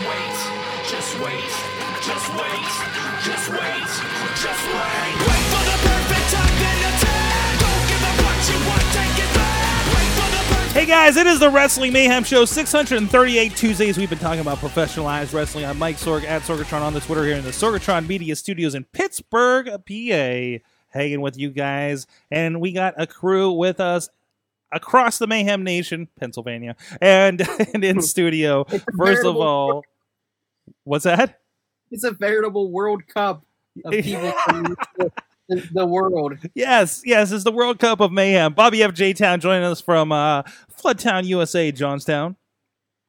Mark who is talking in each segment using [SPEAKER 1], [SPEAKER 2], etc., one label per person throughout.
[SPEAKER 1] wait, just wait, just wait, just wait, just wait. Wait for the perfect time then attack. Don't give up what you want, take it back. Wait for the perfect.
[SPEAKER 2] Hey guys, it is the Wrestling Mayhem Show, 638 Tuesdays. We've been talking about professionalized wrestling. I'm Mike Sorg at Sorgatron on the Twitter here in the Sorgatron Media Studios in Pittsburgh, PA, hanging with you guys. And we got a crew with us across the Mayhem Nation, Pennsylvania, and, and in studio. First of
[SPEAKER 3] veritable-
[SPEAKER 2] all, what's that?
[SPEAKER 3] It's a veritable World Cup of people from the, the world.
[SPEAKER 2] Yes, yes, it's the World Cup of Mayhem. Bobby F. J. Town joining us from uh, Floodtown, USA, Johnstown.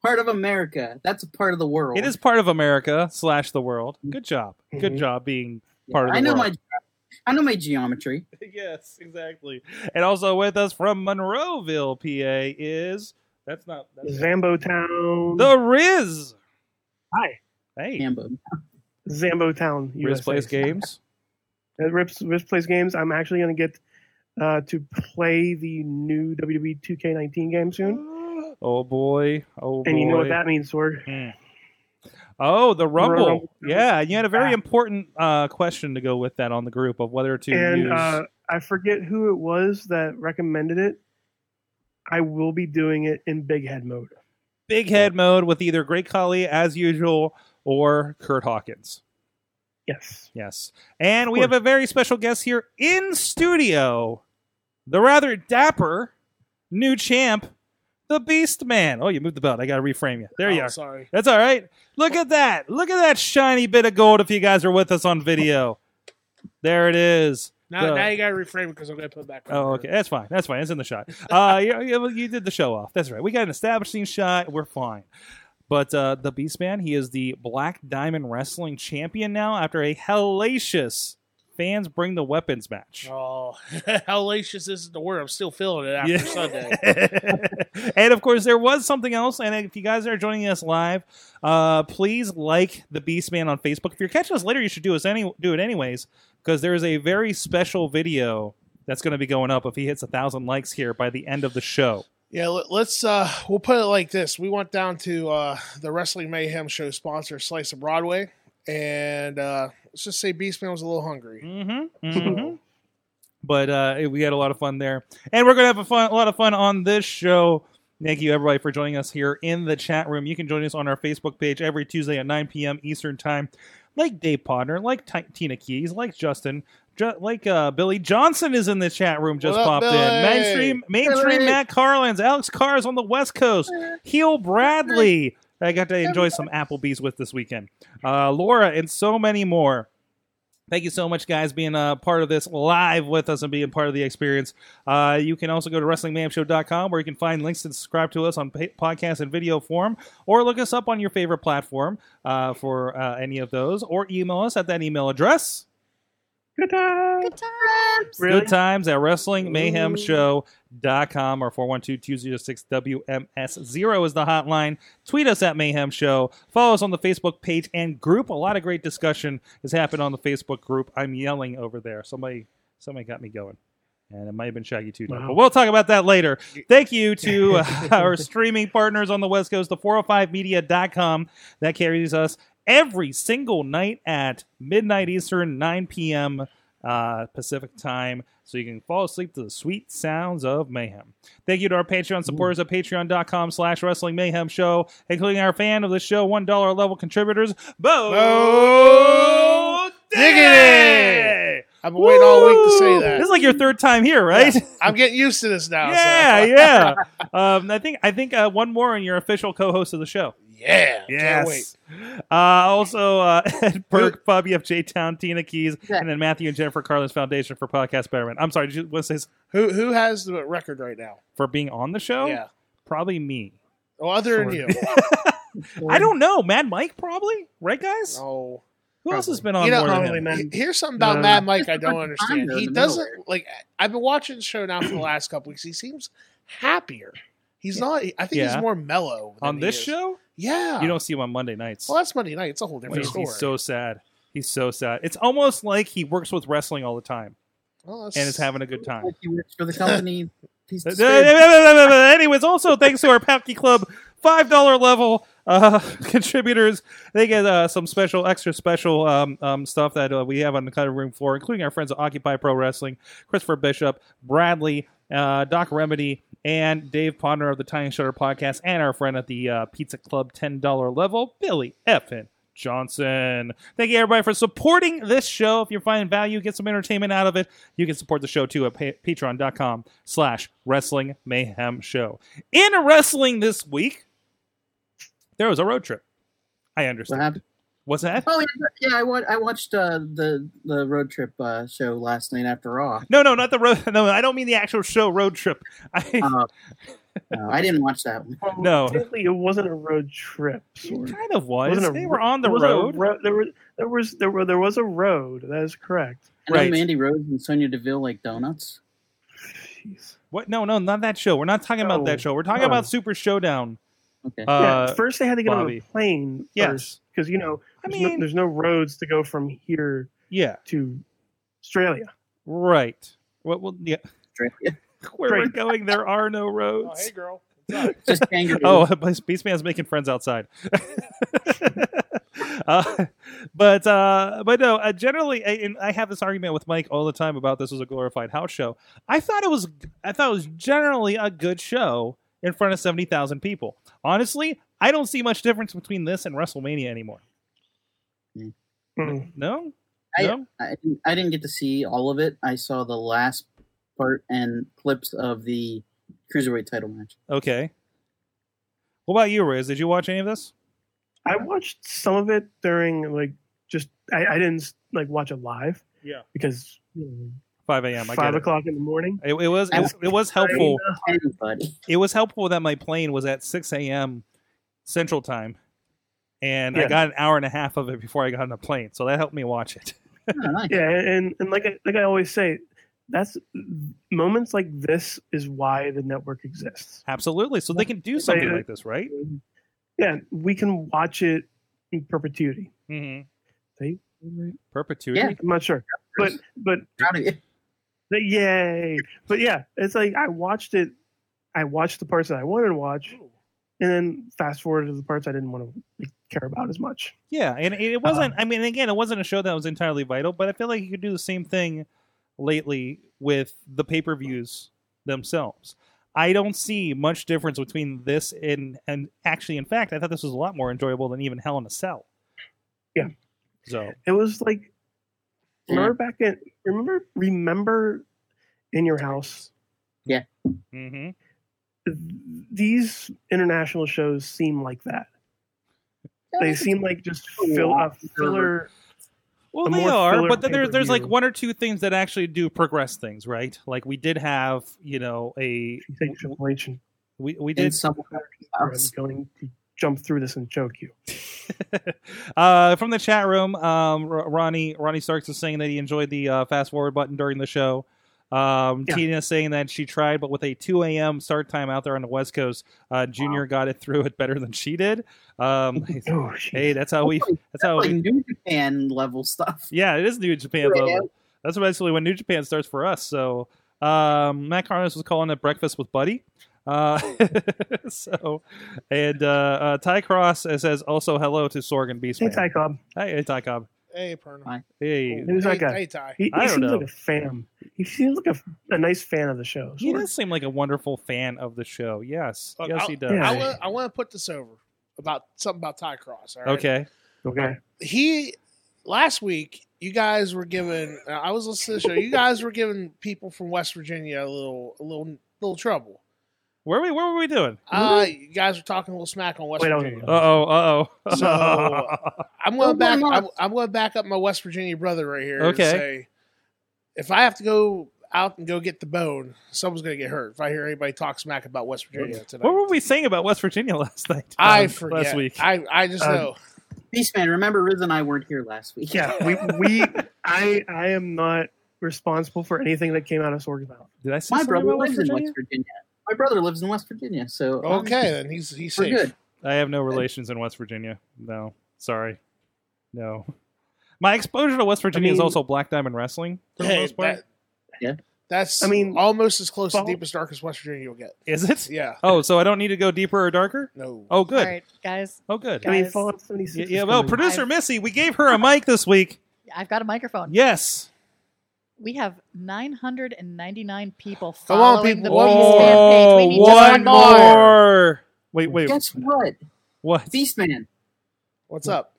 [SPEAKER 3] Part of America. That's a part of the world.
[SPEAKER 2] It is part of America slash the world. Good job. Good
[SPEAKER 4] Mhm.
[SPEAKER 2] job being
[SPEAKER 3] Yeah,
[SPEAKER 2] part of the
[SPEAKER 3] I know
[SPEAKER 2] world.
[SPEAKER 3] my I know my geometry.
[SPEAKER 2] yes, exactly. And also with us from Monroeville, PA is that's not that's
[SPEAKER 5] Zambo Town.
[SPEAKER 2] the Riz.
[SPEAKER 5] Hi,
[SPEAKER 2] Hey,
[SPEAKER 3] Ambo.
[SPEAKER 5] Zambo Town.
[SPEAKER 2] Riz
[SPEAKER 5] USA.
[SPEAKER 2] plays games.
[SPEAKER 5] Uh, Rips, Rips plays games. I'm actually going to get uh, to play the new E WWE 2K19 game soon,
[SPEAKER 2] Oh boy! Oh boy!
[SPEAKER 5] and you know what that means, Sword.
[SPEAKER 2] Mm. Oh, the Rumble.
[SPEAKER 5] Rumble.
[SPEAKER 2] Yeah, you had a very
[SPEAKER 5] Ah.
[SPEAKER 2] important uh, question to go with that on the group of whether to use.
[SPEAKER 5] And uh, I forget who it was that recommended it. I will be doing it in big head mode.
[SPEAKER 2] big head mode with either Great Khali as usual or Kurt Hawkins.
[SPEAKER 5] Yes.
[SPEAKER 2] Yes. And we have a very special guest here in studio. The rather dapper new champ, the Beast Man. Oh, you moved the belt. I got to reframe you. There you
[SPEAKER 5] Oh,
[SPEAKER 2] are.
[SPEAKER 5] Sorry.
[SPEAKER 2] That's all right. Look at that. Look at that shiny bit of gold if you guys are with us on video. There it is.
[SPEAKER 6] Now,
[SPEAKER 2] The-
[SPEAKER 6] now you gotta reframe it because I'm gonna put it back. on
[SPEAKER 2] Oh,
[SPEAKER 6] there.
[SPEAKER 2] okay. That's fine. That's fine. It's in the shot. Uh, you, you, you did the show off. That's right. We got an establishing shot. We're fine. But uh, the Beast Man, he is the Black Diamond Wrestling Champion now after a hellacious fans bring the weapons match.
[SPEAKER 6] Oh, hellacious isn't the word. I'm still feeling it after
[SPEAKER 2] Yeah.
[SPEAKER 6] Sunday.
[SPEAKER 2] and of course, there was something else. And if you guys are joining us live, uh, please like the Beast Man on Facebook. If you're catching us later, you should do us any do it anyways because there is a very special video that's going to be going up if he hits a thousand likes here by the end of the show.
[SPEAKER 6] Yeah, let, let's. uh We'll put it like this. We went down to uh the Wrestling Mayhem show sponsor, Slice of Broadway, and uh let's just say Beastman was a little hungry.
[SPEAKER 2] Mm-hmm. but uh, it- we had a lot of fun there, and we're gonna have a fun, a lot of fun on this show. Thank you, everybody, for joining us here in the chat room. You can join us on our Facebook page every Tuesday at 9 p.m. Eastern Time. Like Dave Podner, like Ti- Tina Keys, like Justin, ju- like uh, Billy Johnson is in the chat room. Just
[SPEAKER 6] What up,
[SPEAKER 2] popped in.
[SPEAKER 6] Billy?
[SPEAKER 2] Mainstream, mainstream
[SPEAKER 3] Billy.
[SPEAKER 2] Matt Carlins, Alex Carr is on the West Coast. Heel Bradley, that I got to enjoy some Applebee's with this weekend. Uh, Laura, and so many more. Thank you so much, guys, being a part of this live with us and being part of the experience. Uh, you can also go to WrestlingMamShow.com where you can find links to subscribe to us on pa- podcast and video form, or look us up on your favorite platform uh, for uh, any of those, or email us at that email address.
[SPEAKER 5] Good time. Good times. Really?
[SPEAKER 2] Good times at WrestlingMayhemShow.com or 412-206-WMS0 is the hotline. Tweet us at Mayhem Show. Follow us on the Facebook page and group. A lot of great discussion has happened on the Facebook group. I'm yelling over there. Somebody somebody got me going. And it might have been Shaggy too.
[SPEAKER 5] Wow.
[SPEAKER 2] But we'll talk about that later. Thank you to uh, our streaming partners on the West Coast, the 405media.com that carries us every single night at midnight Eastern, 9 p.m. Uh, Pacific time, so you can fall asleep to the sweet sounds of mayhem. Thank you to our Patreon supporters at patreon.com slash wrestling mayhem show, including our fan of the show, $1 level contributors, Bo,
[SPEAKER 6] Bo Diggity! I've been waiting all week to say that.
[SPEAKER 2] This is like your third time here, right?
[SPEAKER 6] I'm getting used to this now.
[SPEAKER 2] Yeah,
[SPEAKER 6] so.
[SPEAKER 2] yeah. um, I think I think uh, one more, and you're official co-host of the show.
[SPEAKER 6] yeah. Can't wait.
[SPEAKER 2] Yes. Uh, also, uh, Ed Burke, Bobby F. J. Town, Tina Keys,
[SPEAKER 3] Yeah.
[SPEAKER 2] and then Matthew and Jennifer Carlin's Foundation for Podcast Betterment. I'm sorry, did you want to say s-
[SPEAKER 6] Who who has the record right now?
[SPEAKER 2] for being on the show?
[SPEAKER 6] Yeah.
[SPEAKER 2] Probably me.
[SPEAKER 6] Well, other than
[SPEAKER 5] Sure.
[SPEAKER 6] you,
[SPEAKER 2] I don't know. Mad Mike, probably. Right, guys?
[SPEAKER 6] know.
[SPEAKER 2] Who else has been on
[SPEAKER 6] You know, um,
[SPEAKER 2] more than
[SPEAKER 5] probably
[SPEAKER 2] him?
[SPEAKER 5] not.
[SPEAKER 6] He-
[SPEAKER 5] Man.
[SPEAKER 6] Here's something about
[SPEAKER 5] No.
[SPEAKER 6] Mad Mike I
[SPEAKER 3] Just
[SPEAKER 6] don't
[SPEAKER 3] like
[SPEAKER 6] understand.
[SPEAKER 3] Fonda in
[SPEAKER 6] He
[SPEAKER 3] the
[SPEAKER 6] doesn't
[SPEAKER 3] middle.
[SPEAKER 6] like. I've been watching the show now for the last couple weeks. He seems happier. He's not. I think
[SPEAKER 2] Yeah.
[SPEAKER 6] he's more mellow than
[SPEAKER 2] On
[SPEAKER 6] he
[SPEAKER 2] this
[SPEAKER 6] is.
[SPEAKER 2] show?
[SPEAKER 6] Yeah.
[SPEAKER 2] You don't see him on Monday nights.
[SPEAKER 6] Well, that's Monday night. It's a whole different
[SPEAKER 2] He's-
[SPEAKER 6] story.
[SPEAKER 2] he's so sad. He's so sad. It's almost like he works with wrestling all the time
[SPEAKER 6] Well, that's-
[SPEAKER 2] and is having a good time.
[SPEAKER 3] Like he works for the company. He's disturbed.
[SPEAKER 2] Uh, Anyways, also thanks to our Papke Club five dollar level uh, contributors, they get uh, some special, extra special um, um, stuff that uh, we have on the cutting room floor, including our friends at Occupy Pro Wrestling, Christopher Bishop, Bradley, uh, Doc Remedy, and Dave Ponder of the Tiny Shutter Podcast, and our friend at the uh, Pizza Club ten dollar level, Billy Effin. Johnson. Thank you everybody for supporting this show. If you're finding value, get some entertainment out of it. You can support the show too at pa- patreon.com slash wrestling mayhem show. In wrestling this week, there was a road trip. I
[SPEAKER 3] What
[SPEAKER 2] understand.
[SPEAKER 3] happened?
[SPEAKER 2] What's that?
[SPEAKER 3] Oh yeah, yeah. I, wa- I watched uh, the the road trip uh, show last night after Raw.
[SPEAKER 2] No, no, not the road. No, I don't mean the actual show road trip. I
[SPEAKER 3] Uh,
[SPEAKER 5] Oh,
[SPEAKER 3] no, I didn't watch that one.
[SPEAKER 5] Well,
[SPEAKER 2] No.
[SPEAKER 5] Um, technically, it wasn't a road trip.
[SPEAKER 2] it
[SPEAKER 5] Sort of.
[SPEAKER 2] kind of was.
[SPEAKER 5] Wasn't a
[SPEAKER 2] They
[SPEAKER 5] ro-
[SPEAKER 2] were on the
[SPEAKER 5] It wasn't a
[SPEAKER 2] road.
[SPEAKER 5] ro- there was there was there were, there was a road. That is correct.
[SPEAKER 3] I know
[SPEAKER 2] Right.
[SPEAKER 3] Mandy Rose and Sonya Deville like donuts.
[SPEAKER 5] Jeez.
[SPEAKER 2] What? No, no, not that show. We're not talking about
[SPEAKER 5] No.
[SPEAKER 2] that show. We're talking
[SPEAKER 5] No.
[SPEAKER 2] about Super Showdown.
[SPEAKER 3] Okay.
[SPEAKER 2] Uh,
[SPEAKER 5] Oh, yeah, first they had to get
[SPEAKER 2] Bobby.
[SPEAKER 5] on a plane.
[SPEAKER 2] Yes.
[SPEAKER 5] because you know
[SPEAKER 2] I
[SPEAKER 5] there's,
[SPEAKER 2] mean-
[SPEAKER 5] no, there's no roads to go from here
[SPEAKER 2] yeah,
[SPEAKER 5] to Australia.
[SPEAKER 2] right. What? Well, yeah. Where we're
[SPEAKER 5] Great.
[SPEAKER 2] going, there are no
[SPEAKER 6] Oh,
[SPEAKER 2] roads.
[SPEAKER 6] hey, girl. What's up?
[SPEAKER 3] Just kangaroo.
[SPEAKER 2] Oh, Beast Man's making friends outside. uh, but uh, but no, uh, generally, I, and I have this argument with Mike all the time about this was a glorified house show. I thought it was, I thought it was generally a good show in front of seventy thousand people. Honestly, I don't see much difference between this and WrestleMania anymore. Mm-hmm.
[SPEAKER 5] Mm.
[SPEAKER 2] No,
[SPEAKER 3] I-
[SPEAKER 2] no,
[SPEAKER 3] I didn't, I didn't get to see all of it. I saw the last part and clips of the cruiserweight title match.
[SPEAKER 2] okay. What about you, Riz? Did you watch any of this?
[SPEAKER 5] I watched some of it during like just I, I didn't like watch it live.
[SPEAKER 2] Yeah.
[SPEAKER 5] because you
[SPEAKER 2] Five
[SPEAKER 5] know,
[SPEAKER 2] a.m. I
[SPEAKER 5] five
[SPEAKER 2] get it.
[SPEAKER 5] o'clock in the morning.
[SPEAKER 2] It, it was
[SPEAKER 3] I-
[SPEAKER 2] it was helpful.
[SPEAKER 3] Anybody?
[SPEAKER 2] it was helpful that my plane was at 6 a.m. Central Time, and I
[SPEAKER 5] Yeah.
[SPEAKER 2] got an hour and a half of it before I got on the plane, so that helped me watch it.
[SPEAKER 3] Oh, nice.
[SPEAKER 5] Yeah, and and like I, like I always say, that's moments like this is why the network exists. Absolutely.
[SPEAKER 2] So they can do something like this, right?
[SPEAKER 5] Yeah, we can watch it in perpetuity.
[SPEAKER 2] Mm-hmm.
[SPEAKER 5] See?
[SPEAKER 2] Perpetuity.
[SPEAKER 3] Yeah.
[SPEAKER 5] I'm not sure, but but
[SPEAKER 3] Proud of you.
[SPEAKER 5] But yay! But yeah, it's like I watched it. I watched the parts that I wanted to watch, and then fast forward to the parts I didn't want to like, care about as much.
[SPEAKER 2] Yeah, and it it wasn't.
[SPEAKER 5] Uh-huh.
[SPEAKER 2] I mean, again, it wasn't a show that was entirely vital, but I feel like you could do the same thing lately with the pay per views themselves. I don't see much difference between this and and actually, in fact, I thought this was a lot more enjoyable than even Hell in a Cell.
[SPEAKER 5] Yeah.
[SPEAKER 2] So
[SPEAKER 5] It was like remember back in remember remember in your house.
[SPEAKER 2] hmm
[SPEAKER 5] These international shows seem like that. They seem like just fill a filler.
[SPEAKER 2] Well,
[SPEAKER 5] the
[SPEAKER 2] they
[SPEAKER 5] more
[SPEAKER 2] are,
[SPEAKER 5] filler
[SPEAKER 2] but then there's there's like
[SPEAKER 5] pay-per-view.
[SPEAKER 2] one or two things that actually do progress things, right? Like we did have, you know, a
[SPEAKER 5] You think Triple H and
[SPEAKER 2] we we
[SPEAKER 3] And
[SPEAKER 2] did
[SPEAKER 3] someone
[SPEAKER 5] I'm
[SPEAKER 3] else.
[SPEAKER 5] going to jump through this and choke you.
[SPEAKER 2] uh, from the chat room. Um, R- Ronnie Ronnie Starks is saying that he enjoyed the uh, fast forward button during the show. Um,
[SPEAKER 5] Yeah.
[SPEAKER 2] Tina is saying that she tried, but with a 2 a.m. start time out there on the West Coast, uh, Junior got it through it better than she did. Um,
[SPEAKER 5] Oh, geez.
[SPEAKER 2] hey, that's how we. That's how
[SPEAKER 3] Like
[SPEAKER 2] we.
[SPEAKER 3] New Japan level stuff.
[SPEAKER 2] Yeah, it is New Japan
[SPEAKER 3] Yeah.
[SPEAKER 2] level. That's basically when New Japan starts for us. So um, Matt Carnes was calling it breakfast with Buddy. Uh, so and uh, uh, Ty Cross says also hello to Sorg and Beastman.
[SPEAKER 5] Hey, Ty Cobb.
[SPEAKER 2] Hey, hey, Ty Cobb.
[SPEAKER 6] Hey, Pernal.
[SPEAKER 3] Hi.
[SPEAKER 2] Hey,
[SPEAKER 5] Who's
[SPEAKER 6] hey,
[SPEAKER 5] that guy?
[SPEAKER 6] Hey, Ty.
[SPEAKER 5] He,
[SPEAKER 2] I
[SPEAKER 5] he
[SPEAKER 2] don't
[SPEAKER 5] seems
[SPEAKER 2] know.
[SPEAKER 5] like a fan. He seems like a, a nice fan of the show.
[SPEAKER 2] he
[SPEAKER 5] sort of.
[SPEAKER 2] does seem like a wonderful fan of the show. Yes,
[SPEAKER 6] Look,
[SPEAKER 2] yes,
[SPEAKER 6] I'll- uh,
[SPEAKER 2] he does.
[SPEAKER 5] Yeah.
[SPEAKER 6] I want I want to put this over about something about Ty Cross. all right?
[SPEAKER 2] Okay.
[SPEAKER 5] Okay.
[SPEAKER 6] he last week you guys were giving uh, i was listening to the show you guys were giving people from west virginia a little a little little trouble
[SPEAKER 2] Where we? Where were we doing?
[SPEAKER 6] uh you guys were talking a little smack on west
[SPEAKER 5] Wait, I was-
[SPEAKER 6] virginia
[SPEAKER 2] Uh oh. Uh oh.
[SPEAKER 6] So- i'm going
[SPEAKER 3] Oh,
[SPEAKER 6] back
[SPEAKER 3] why not?
[SPEAKER 6] I'm, I'm going to back up my west virginia brother right here
[SPEAKER 2] Okay.
[SPEAKER 6] and say if i have to go out and go get the bone. Someone's gonna get hurt if I hear anybody talk smack about West Virginia tonight.
[SPEAKER 2] What were we saying about West Virginia last night?
[SPEAKER 6] I
[SPEAKER 2] Um,
[SPEAKER 6] forget.
[SPEAKER 2] Last week.
[SPEAKER 6] I, I just
[SPEAKER 2] Uh,
[SPEAKER 5] Um,
[SPEAKER 6] know.
[SPEAKER 3] Beastman, remember Riz and I weren't here last week.
[SPEAKER 5] Yeah, we, we I I am not responsible for anything that came out of Sorg's mouth.
[SPEAKER 2] Did I say
[SPEAKER 3] My
[SPEAKER 2] something
[SPEAKER 3] brother
[SPEAKER 2] about West
[SPEAKER 3] lives in
[SPEAKER 2] Virginia?
[SPEAKER 3] West Virginia. My brother lives in West Virginia, so um,
[SPEAKER 6] Okay, then he's he's
[SPEAKER 3] we're
[SPEAKER 6] safe.
[SPEAKER 3] good.
[SPEAKER 2] I have no relations in West Virginia. No, sorry, no. My exposure to West Virginia is
[SPEAKER 5] mean-
[SPEAKER 2] also Black Diamond Wrestling for the
[SPEAKER 6] Hey,
[SPEAKER 2] most part.
[SPEAKER 6] that-
[SPEAKER 3] Yeah.
[SPEAKER 6] That's
[SPEAKER 5] I
[SPEAKER 6] I
[SPEAKER 5] mean,
[SPEAKER 6] mean almost as close
[SPEAKER 5] Paul-
[SPEAKER 6] to deepest darkest West Virginia you'll get.
[SPEAKER 2] Is it?
[SPEAKER 6] Yeah.
[SPEAKER 2] Oh, so I don't need to go deeper or darker.
[SPEAKER 6] No.
[SPEAKER 2] Oh, good.
[SPEAKER 7] All right, guys,
[SPEAKER 2] Oh, good.
[SPEAKER 5] I mean,
[SPEAKER 7] Guys.
[SPEAKER 5] Fallout 76.
[SPEAKER 2] Y-
[SPEAKER 5] is
[SPEAKER 2] yeah. Well,
[SPEAKER 5] coming.
[SPEAKER 2] producer
[SPEAKER 7] I've-
[SPEAKER 2] Missy, we gave her a mic this week.
[SPEAKER 7] I've got a microphone.
[SPEAKER 2] Yes.
[SPEAKER 7] We have 999 people
[SPEAKER 6] Come on,
[SPEAKER 7] following
[SPEAKER 6] people.
[SPEAKER 7] the
[SPEAKER 6] One
[SPEAKER 7] Beastman
[SPEAKER 2] Oh,
[SPEAKER 7] page. We need
[SPEAKER 2] one
[SPEAKER 7] just one more.
[SPEAKER 2] more. Wait, wait.
[SPEAKER 3] Guess what,
[SPEAKER 2] What?
[SPEAKER 3] Beastman?
[SPEAKER 6] What's up?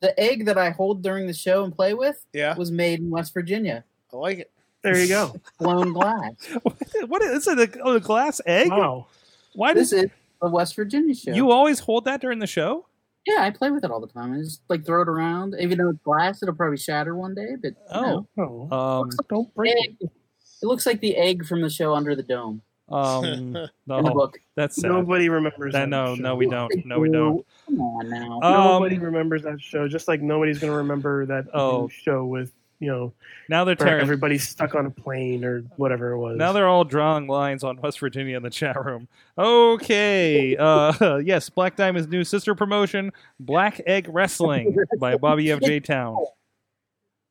[SPEAKER 3] The egg that I hold during the show and play with
[SPEAKER 6] Yeah.
[SPEAKER 3] was made in West Virginia,
[SPEAKER 6] I like it.
[SPEAKER 5] there you go.
[SPEAKER 3] blown glass.
[SPEAKER 2] What is it? A, a glass egg?
[SPEAKER 5] Wow.
[SPEAKER 2] Why
[SPEAKER 3] this
[SPEAKER 2] does
[SPEAKER 3] is a West Virginia show.
[SPEAKER 2] you always hold that during the show?
[SPEAKER 3] yeah, I play with it all the time. I just like throw it around. Even though it's glass, it'll probably shatter one day. But you know.
[SPEAKER 2] Oh.
[SPEAKER 5] Oh,
[SPEAKER 2] Um.
[SPEAKER 5] don't break it.
[SPEAKER 3] egg. It looks like the egg from the show Under the Dome
[SPEAKER 2] Um.
[SPEAKER 3] in the
[SPEAKER 2] No.
[SPEAKER 3] book.
[SPEAKER 2] That's sad.
[SPEAKER 5] Nobody remembers
[SPEAKER 2] That-
[SPEAKER 5] that.
[SPEAKER 2] no,
[SPEAKER 5] show.
[SPEAKER 2] no, we don't. No, we don't.
[SPEAKER 3] Come on now.
[SPEAKER 2] Uh,
[SPEAKER 5] Nobody
[SPEAKER 2] Um,
[SPEAKER 5] remembers that show. Just like nobody's going to remember that
[SPEAKER 2] Oh.
[SPEAKER 5] new show with you know
[SPEAKER 2] Now they're
[SPEAKER 5] where
[SPEAKER 2] tearing.
[SPEAKER 5] everybody's stuck on a plane or whatever it was.
[SPEAKER 2] Now they're all drawing lines on West Virginia in the chat room. Okay. Uh, yes, Black Diamond's new sister promotion, Black Egg Wrestling by Bobby F. J. Town.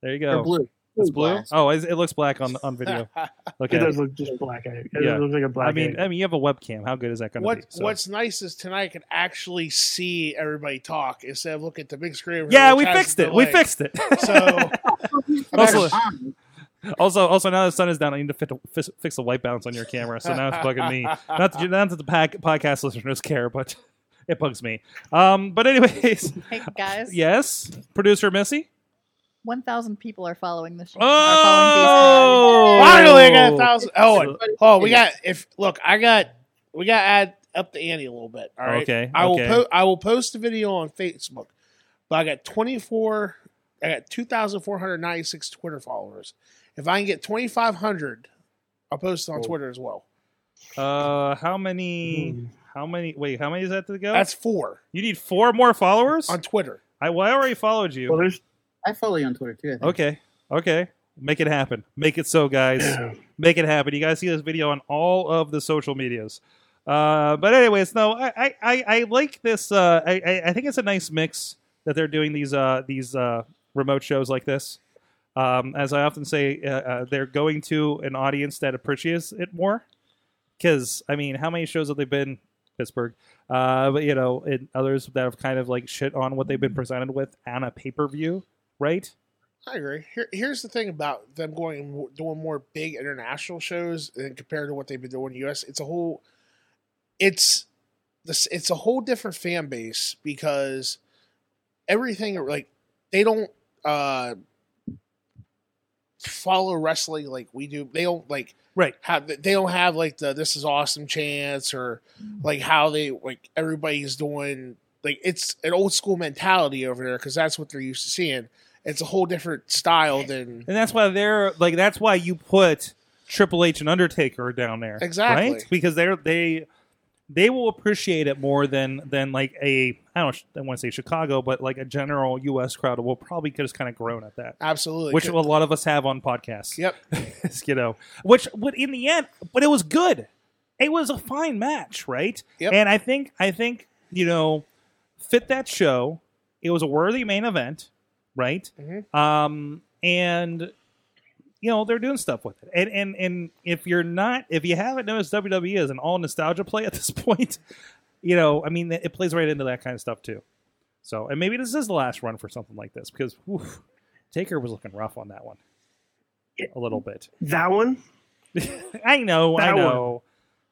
[SPEAKER 2] There you
[SPEAKER 3] Or
[SPEAKER 2] go.
[SPEAKER 3] blue.
[SPEAKER 2] It's blue.
[SPEAKER 3] glass.
[SPEAKER 2] Oh, it it looks black on on video.
[SPEAKER 5] it
[SPEAKER 2] Okay.
[SPEAKER 5] does look just black. Egg. It
[SPEAKER 2] Yeah.
[SPEAKER 5] looks like a black.
[SPEAKER 2] I mean,
[SPEAKER 5] egg.
[SPEAKER 2] I mean, you have a webcam. How good is that going to
[SPEAKER 6] What
[SPEAKER 2] be? So-
[SPEAKER 6] what's nice is tonight I can actually see everybody talk instead of look at the big screen.
[SPEAKER 2] Yeah,
[SPEAKER 6] which
[SPEAKER 2] we
[SPEAKER 6] has
[SPEAKER 2] fixed it. We
[SPEAKER 6] delay.
[SPEAKER 2] fixed it.
[SPEAKER 6] So
[SPEAKER 3] I'm actually
[SPEAKER 2] Also-
[SPEAKER 3] on.
[SPEAKER 2] also, also now the sun is down. I need to fit, fix, fix the white balance on your camera. So now it's bugging me. Not that, not that the pack, podcast listeners care, but it bugs me. Um, but anyways,
[SPEAKER 7] Hey, guys,
[SPEAKER 2] yes, producer Missy.
[SPEAKER 7] 1,000 people are following this show.
[SPEAKER 2] Oh!
[SPEAKER 6] Finally, I got a thousand. Oh, and- oh, we
[SPEAKER 3] Yeah.
[SPEAKER 6] got if look, I got we got to add up the ante a little bit. All right,
[SPEAKER 2] Okay,
[SPEAKER 6] I will
[SPEAKER 2] okay.
[SPEAKER 6] po- I will post the video on Facebook, but I got twenty four. I got two thousand four hundred ninety six Twitter followers. If I can get twenty five hundred, I'll post it on
[SPEAKER 2] Oh.
[SPEAKER 5] Cool.
[SPEAKER 6] Twitter as well.
[SPEAKER 2] Uh, how many? How many? Wait, how many is that to go?
[SPEAKER 6] That's four
[SPEAKER 2] you need four more followers.
[SPEAKER 6] on Twitter.
[SPEAKER 2] I, well, I already followed
[SPEAKER 5] well,
[SPEAKER 2] you.
[SPEAKER 5] there's
[SPEAKER 3] I follow you on Twitter too. I think.
[SPEAKER 2] Okay, okay. Make it happen. Make it so, guys. Make it happen. You guys see this video on all of the social medias. Uh, but anyways, no, I I, I, I like this. Uh, I- I I think it's a nice mix that they're doing these uh these uh remote shows like this. Um, as I often say, uh, uh, they're going to an audience that appreciates it more. Because I mean, how many shows have they been Pittsburgh? Uh, but you know, and others that have kind of like shit on what they've been presented with on a pay per view, right?
[SPEAKER 6] I agree. Here, here's the thing about them going and mo- doing more big international shows and compared to what they've been doing in the U.S. It's a whole, it's this, it's a whole different fan base because everything like they don't uh follow wrestling like we do. They don't like
[SPEAKER 2] Right.
[SPEAKER 6] have they don't have like the this is awesome chance or
[SPEAKER 3] Mm-hmm.
[SPEAKER 6] like how they like everybody's doing like it's an old school mentality over there because that's what they're used to seeing. It's a whole different style than
[SPEAKER 2] And that's why they're like that's why you put Triple H and Undertaker down there.
[SPEAKER 6] Exactly.
[SPEAKER 2] Right? Because they're they they will appreciate it more than than like a I don't I want to say Chicago, but like a general US crowd will probably just kind of groan at that.
[SPEAKER 6] absolutely
[SPEAKER 2] which a lot of us have on podcasts.
[SPEAKER 6] Yep.
[SPEAKER 2] you know. Which but in the end, but it was good. It was a fine match, right?
[SPEAKER 6] Yep.
[SPEAKER 2] And I think I think, you know, fit that show. It was a worthy main event, right?
[SPEAKER 6] Mhm.
[SPEAKER 2] Um and you know, they're doing stuff with it. And and and if you're not if you haven't noticed WWE is an all nostalgia play at this point, you know, I mean it plays right into that kind of stuff too. So and maybe this is the last run for something like this because whew, Taker was looking rough on that one. A little bit.
[SPEAKER 5] that one.
[SPEAKER 2] I know, Oh, I
[SPEAKER 5] That one.
[SPEAKER 2] know.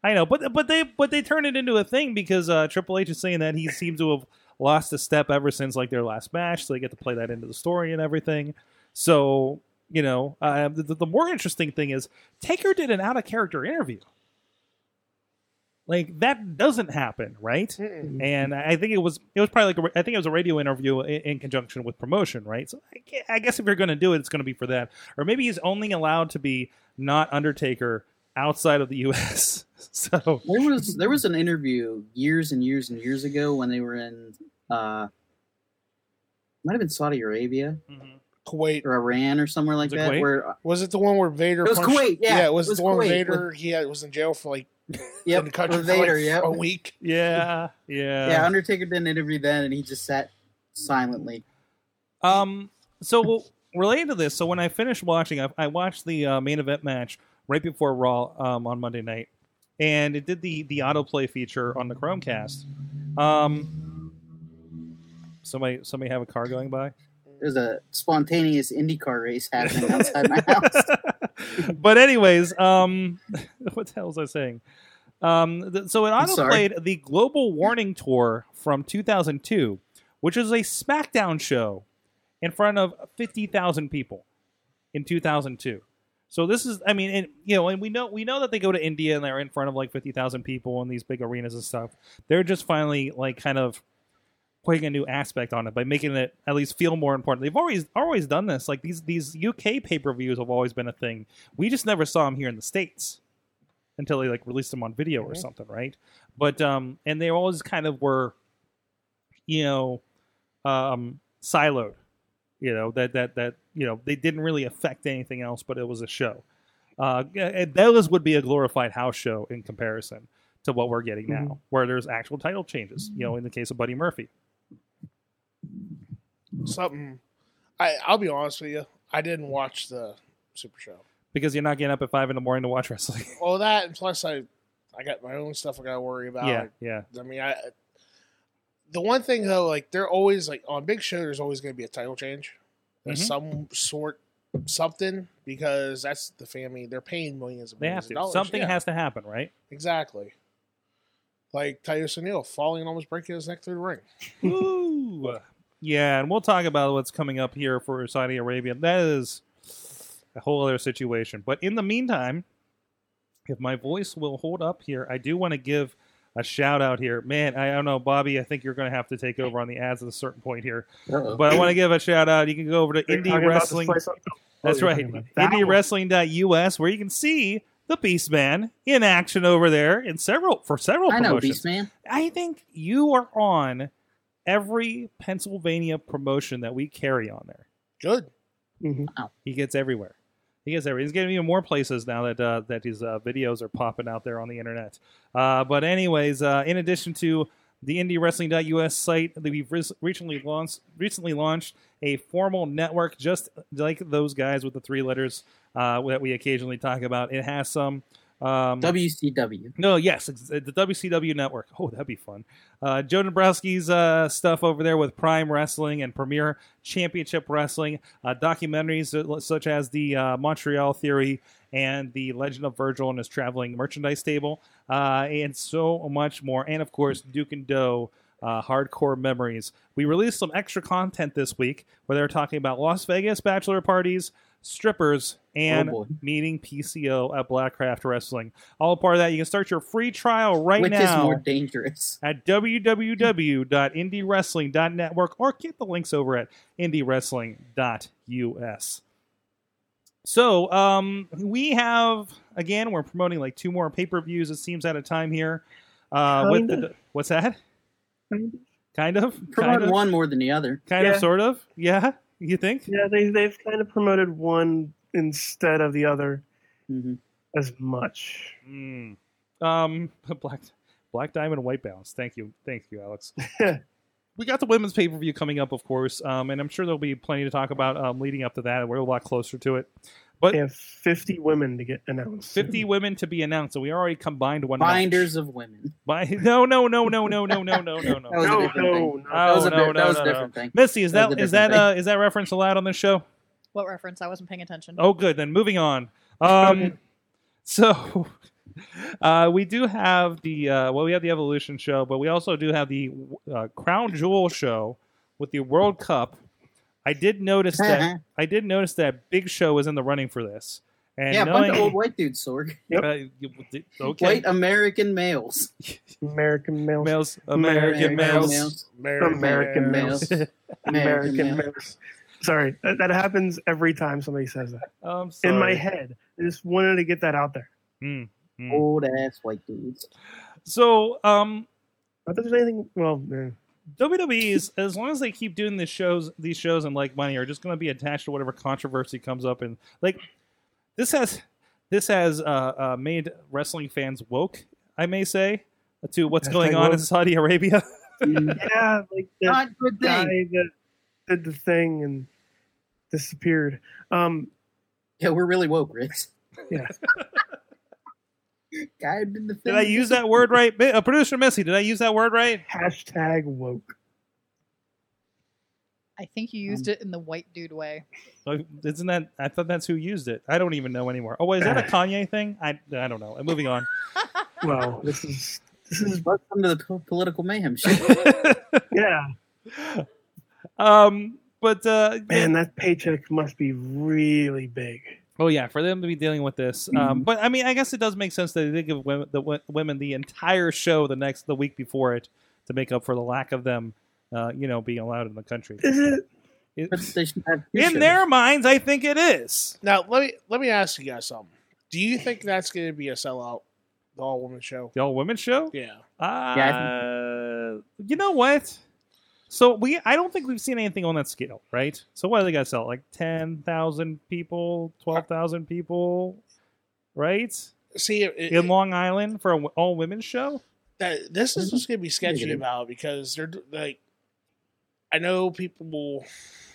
[SPEAKER 2] I know, but but they but they turned it into a thing because uh, Triple H is saying that he seems to have lost a step ever since like their last match, so they get to play that into the story and everything. So you know, uh, the, the more interesting thing is Taker did an out of character interview. Like that doesn't happen, right?
[SPEAKER 6] Mm-mm.
[SPEAKER 2] and I think it was it was probably like a, ra- I think it was a radio interview in, in conjunction with promotion, right? So I, gue- I guess if you're going to do it, it's going to be for that, or maybe he's only allowed to be not Undertaker outside of the U.S. so
[SPEAKER 3] There was there was an interview years and years and years ago when they were in uh might have been Saudi Arabia
[SPEAKER 6] Kuwait.
[SPEAKER 3] or Iran or somewhere like
[SPEAKER 2] Was it
[SPEAKER 3] that
[SPEAKER 2] Kuwait?
[SPEAKER 3] where uh,
[SPEAKER 6] Was it the one where Vader?
[SPEAKER 3] It was
[SPEAKER 6] punched-
[SPEAKER 3] Kuwait, yeah,
[SPEAKER 6] it was,
[SPEAKER 3] it was
[SPEAKER 6] the one where
[SPEAKER 3] Kuwait
[SPEAKER 6] Vader. He had, was in jail for like in
[SPEAKER 3] yep,
[SPEAKER 6] the country
[SPEAKER 3] with
[SPEAKER 6] for like
[SPEAKER 3] Vader, yep.
[SPEAKER 6] a week.
[SPEAKER 2] yeah, yeah,
[SPEAKER 3] yeah, Undertaker did an interview then and he just sat silently.
[SPEAKER 2] Um. So well, related to this, so when I finished watching, I, I watched the uh, main event match right before Raw um, on Monday night, and it did the the autoplay feature on the Chromecast. Um. Somebody, somebody have a car going by.
[SPEAKER 3] There's a spontaneous IndyCar race happening outside my house.
[SPEAKER 2] but anyways, um, what the hell was I saying? Um, th- so it
[SPEAKER 3] I'm
[SPEAKER 2] auto
[SPEAKER 3] sorry.
[SPEAKER 2] played the Global Warning Tour from 2002, which is a SmackDown show in front of 50,000 people in 2002. So this is, I mean, and, you know, and we know we know that they go to India and they're in front of like 50,000 people in these big arenas and stuff. They're just finally like kind of putting a new aspect on it by making it at least feel more important. They've always always done this. Like these these UK pay per views have always been a thing. We just never saw them here in the states until they like released them on video or
[SPEAKER 6] Mhm.
[SPEAKER 2] something, right? But um, and they always kind of were, you know, um, siloed. You know that that that you know they didn't really affect anything else, but it was a show. Uh, and those would be a glorified house show in comparison to what we're getting now, where there's actual title changes. You know, in the case of Buddy Murphy,
[SPEAKER 6] Something. I I'll be honest with you. I didn't watch the Super Show.
[SPEAKER 2] because you're not getting up at five in the morning to watch wrestling.
[SPEAKER 6] Well, that and plus I I got my own stuff I got to worry about.
[SPEAKER 2] yeah, yeah,
[SPEAKER 6] I mean, I the one thing though, like they're always like on big show, there's always going to be a title change, of
[SPEAKER 2] Mhm.
[SPEAKER 6] some sort, something because that's the family. They're paying millions and
[SPEAKER 2] they have
[SPEAKER 6] millions of
[SPEAKER 2] to.
[SPEAKER 6] dollars.
[SPEAKER 2] Something
[SPEAKER 6] yeah,
[SPEAKER 2] has to happen, right?
[SPEAKER 6] exactly. Like Tyus O'Neil falling and almost breaking his neck through the ring.
[SPEAKER 2] Ooh. Yeah, and we'll talk about what's coming up here for Saudi Arabia. That is a whole other situation. But in the meantime, if my voice will hold up here, I do want to give a shout out here. Man, I don't know, Bobby, I think you're going to have to take over on the ads at a certain point here.
[SPEAKER 3] Uh-oh.
[SPEAKER 2] But I want to give a shout out. You can go over to
[SPEAKER 5] They're
[SPEAKER 2] Indie
[SPEAKER 5] talking about this
[SPEAKER 2] Wrestling.
[SPEAKER 5] place on- oh,
[SPEAKER 2] That's
[SPEAKER 5] you're
[SPEAKER 2] right.
[SPEAKER 5] talking about that one.
[SPEAKER 2] IndieWrestling.us, where you can see the Beastman in action over there in several for several
[SPEAKER 3] I know,
[SPEAKER 2] promotions.
[SPEAKER 3] Beast Man.
[SPEAKER 2] I think you are on every Pennsylvania promotion that we carry on there.
[SPEAKER 6] Good.
[SPEAKER 5] Mhm.
[SPEAKER 2] He gets everywhere. He gets everywhere. He's getting even more places now that uh, that his uh, videos are popping out there on the internet. Uh, but anyways, uh, in addition to the IndieWrestling.us site, that we've res- recently launched recently launched a formal network, just like those guys with the three letters uh, that we occasionally talk about. It has some. Um,
[SPEAKER 3] WCW.
[SPEAKER 2] no, yes, ex- the WCW network. Oh, that'd be fun. Uh, Joe Dombrowski's uh, stuff over there with Prime Wrestling and Premier Championship Wrestling, uh, documentaries that- such as the uh, Montreal Theory and the Legend of Virgil and his traveling merchandise table, uh, and so much more. And of course, Duke and Doe. Uh, hardcore memories. We released some extra content this week where they were talking about Las Vegas bachelor parties, strippers, and
[SPEAKER 3] boy.
[SPEAKER 2] meeting PCO at Blackcraft Wrestling. All part of that. You can start your free trial right
[SPEAKER 3] Which is
[SPEAKER 2] now
[SPEAKER 3] more dangerous?
[SPEAKER 2] at www.indiewrestling.network or get the links over at indiewrestling.us. So, um, we have again, we're promoting like two more pay per views. It seems out of time here. Uh, with the,
[SPEAKER 5] Kinda.
[SPEAKER 2] what's that?
[SPEAKER 5] Kinda.
[SPEAKER 2] Kind of, kind
[SPEAKER 3] Promote
[SPEAKER 2] of,
[SPEAKER 3] one more than the other.
[SPEAKER 2] kind of,
[SPEAKER 5] Yeah.
[SPEAKER 2] sort of. Yeah, you think?
[SPEAKER 5] Yeah, they they've kind of promoted one instead of the other
[SPEAKER 3] hmm
[SPEAKER 5] as much.
[SPEAKER 2] Mm. Um, black, black diamond, white balance. Thank you, thank you, Alex. we got the women's pay per view coming up, of course, um, and I'm sure there'll be plenty to talk about um, leading up to that. We're a lot closer to it. But
[SPEAKER 5] They have 50 women to get announced.
[SPEAKER 2] 50 women to be announced, so we already combined one.
[SPEAKER 3] Binders of women.
[SPEAKER 2] Match. Bi- no, no, no, no, no, no, no, no, no,
[SPEAKER 3] That
[SPEAKER 2] no.
[SPEAKER 3] was
[SPEAKER 5] No,
[SPEAKER 3] a different thing.
[SPEAKER 5] no, no.
[SPEAKER 2] Oh,
[SPEAKER 3] that was a,
[SPEAKER 2] no,
[SPEAKER 3] bit-
[SPEAKER 2] no,
[SPEAKER 3] that was
[SPEAKER 2] no,
[SPEAKER 3] a
[SPEAKER 2] no.
[SPEAKER 3] different thing.
[SPEAKER 2] Missy, is that
[SPEAKER 3] That was a
[SPEAKER 2] is that
[SPEAKER 3] different
[SPEAKER 2] uh, is that reference allowed on this show?
[SPEAKER 7] What reference? I wasn't paying attention.
[SPEAKER 2] Oh, good. Then moving on. Um, so uh, we do have the uh, well, we have the Evolution show, but we also do have the uh, Crown Jewel show with the World
[SPEAKER 3] Uh-huh.
[SPEAKER 2] Cup. I did notice that I did notice that Big Show was in the running for this, And
[SPEAKER 3] yeah, a bunch of
[SPEAKER 2] knowing-
[SPEAKER 3] old white dudes, Sorg.
[SPEAKER 2] uh, you- okay,
[SPEAKER 3] White American males.
[SPEAKER 2] Uh,
[SPEAKER 5] American males.
[SPEAKER 2] males, American
[SPEAKER 5] American
[SPEAKER 2] males.
[SPEAKER 3] males.
[SPEAKER 6] American,
[SPEAKER 5] American
[SPEAKER 3] males.
[SPEAKER 5] American,
[SPEAKER 3] American males.
[SPEAKER 5] males. Sorry, that, that happens every time somebody says that.
[SPEAKER 2] I'm
[SPEAKER 5] In my
[SPEAKER 2] sorry.
[SPEAKER 5] head, I just wanted to get that out there.
[SPEAKER 2] Mm, mm.
[SPEAKER 3] Old ass white dudes.
[SPEAKER 2] So, um,
[SPEAKER 5] Not that there's anything. Well, yeah.
[SPEAKER 2] WWE's E as long as they keep doing these shows, these shows and like money are just going to be attached to whatever controversy comes up, and like this has this has uh, uh, made wrestling fans woke, I may say, to what's
[SPEAKER 5] Hashtag
[SPEAKER 2] going on in
[SPEAKER 5] woke.
[SPEAKER 2] Saudi Arabia.
[SPEAKER 3] Mm,
[SPEAKER 5] yeah, like that
[SPEAKER 3] Not good
[SPEAKER 5] guy
[SPEAKER 3] thing.
[SPEAKER 5] that did the thing and disappeared. Um,
[SPEAKER 3] Yeah, we're really woke, Rich.
[SPEAKER 5] Yeah.
[SPEAKER 3] guy did the thing.
[SPEAKER 2] Did I use that word right, Mi- uh, producer Missy? Did I use that word right?
[SPEAKER 5] hashtag woke.
[SPEAKER 7] I think you used it in the white dude way.
[SPEAKER 2] Uh, Isn't that? I thought that's who used it. I don't even know anymore. Oh, wait, is that a Kanye thing? I I don't know. Moving on.
[SPEAKER 5] Well, this is this is
[SPEAKER 3] Welcome to the po- political mayhem shit.
[SPEAKER 5] yeah.
[SPEAKER 2] um, but uh,
[SPEAKER 5] Man, that paycheck must be really big.
[SPEAKER 2] Oh yeah, for them to be dealing with this. Um, but I mean, I guess it does make sense that they did give women the, wo- women the entire show the next the week before it to make up for the lack of them, uh, you know, being allowed in the country.
[SPEAKER 5] Is it?
[SPEAKER 2] It-
[SPEAKER 3] But they should have two
[SPEAKER 2] in
[SPEAKER 3] shows.
[SPEAKER 2] their minds, I think it is.
[SPEAKER 6] Now let me let me ask you guys something. Do you think that's going to be a sellout, the all woman show?
[SPEAKER 2] The all women show.
[SPEAKER 6] Yeah.
[SPEAKER 2] Uh,
[SPEAKER 3] Yeah,
[SPEAKER 2] you know what? So we, I don't think we've seen anything on that scale, right? So what do they got to sell? Like ten thousand people, twelve thousand people, right?
[SPEAKER 6] See, it, it-
[SPEAKER 2] In Long Island for an all women show.
[SPEAKER 6] that this is what's going to be sketchy
[SPEAKER 3] Negative.
[SPEAKER 6] about because they're like, I know people will.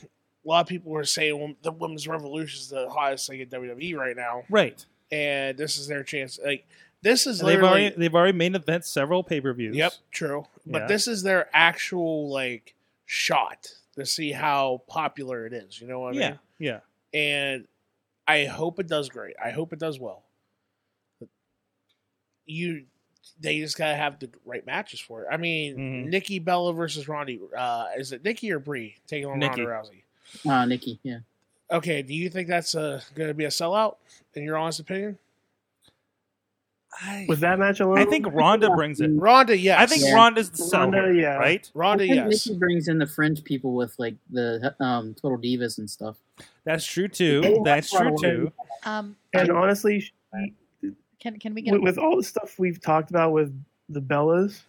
[SPEAKER 6] A lot of people are saying well, the women's revolution is the hottest thing in WWE right now,
[SPEAKER 2] Right.
[SPEAKER 6] and this is their chance. Like this is
[SPEAKER 2] And they've
[SPEAKER 6] literally
[SPEAKER 2] already they've already main event several pay per views.
[SPEAKER 6] Yep, true. But
[SPEAKER 2] Yeah.
[SPEAKER 6] this is their actual like shot to see how popular it is. You know what I
[SPEAKER 2] yeah.
[SPEAKER 6] mean?
[SPEAKER 2] Yeah.
[SPEAKER 6] And I hope it does great. I hope it does well. You, they just gotta have the right matches for it. I mean,
[SPEAKER 2] Mhm.
[SPEAKER 6] Nikki Bella versus Rondy. Uh, is it Nikki or Brie taking on
[SPEAKER 2] Nikki.
[SPEAKER 6] Ronda Rousey?
[SPEAKER 3] Ah, Nikki. Yeah.
[SPEAKER 6] Okay, do you think that's uh going to be a sellout? In your honest opinion,
[SPEAKER 2] I,
[SPEAKER 5] Was that match alone?
[SPEAKER 2] I think Ronda brings it.
[SPEAKER 6] Ronda, yes.
[SPEAKER 2] I think
[SPEAKER 3] Yeah.
[SPEAKER 2] Ronda's the seller,
[SPEAKER 5] Ronda, yeah.
[SPEAKER 2] right?
[SPEAKER 3] I
[SPEAKER 6] Ronda,
[SPEAKER 3] think
[SPEAKER 6] yes.
[SPEAKER 3] Nikki brings in the fringe people with like the um, total divas and stuff.
[SPEAKER 2] That's true too. That's true too.
[SPEAKER 7] Um,
[SPEAKER 5] And honestly, sh-
[SPEAKER 7] can can we get
[SPEAKER 5] with, with all the stuff we've talked about with the Bellas,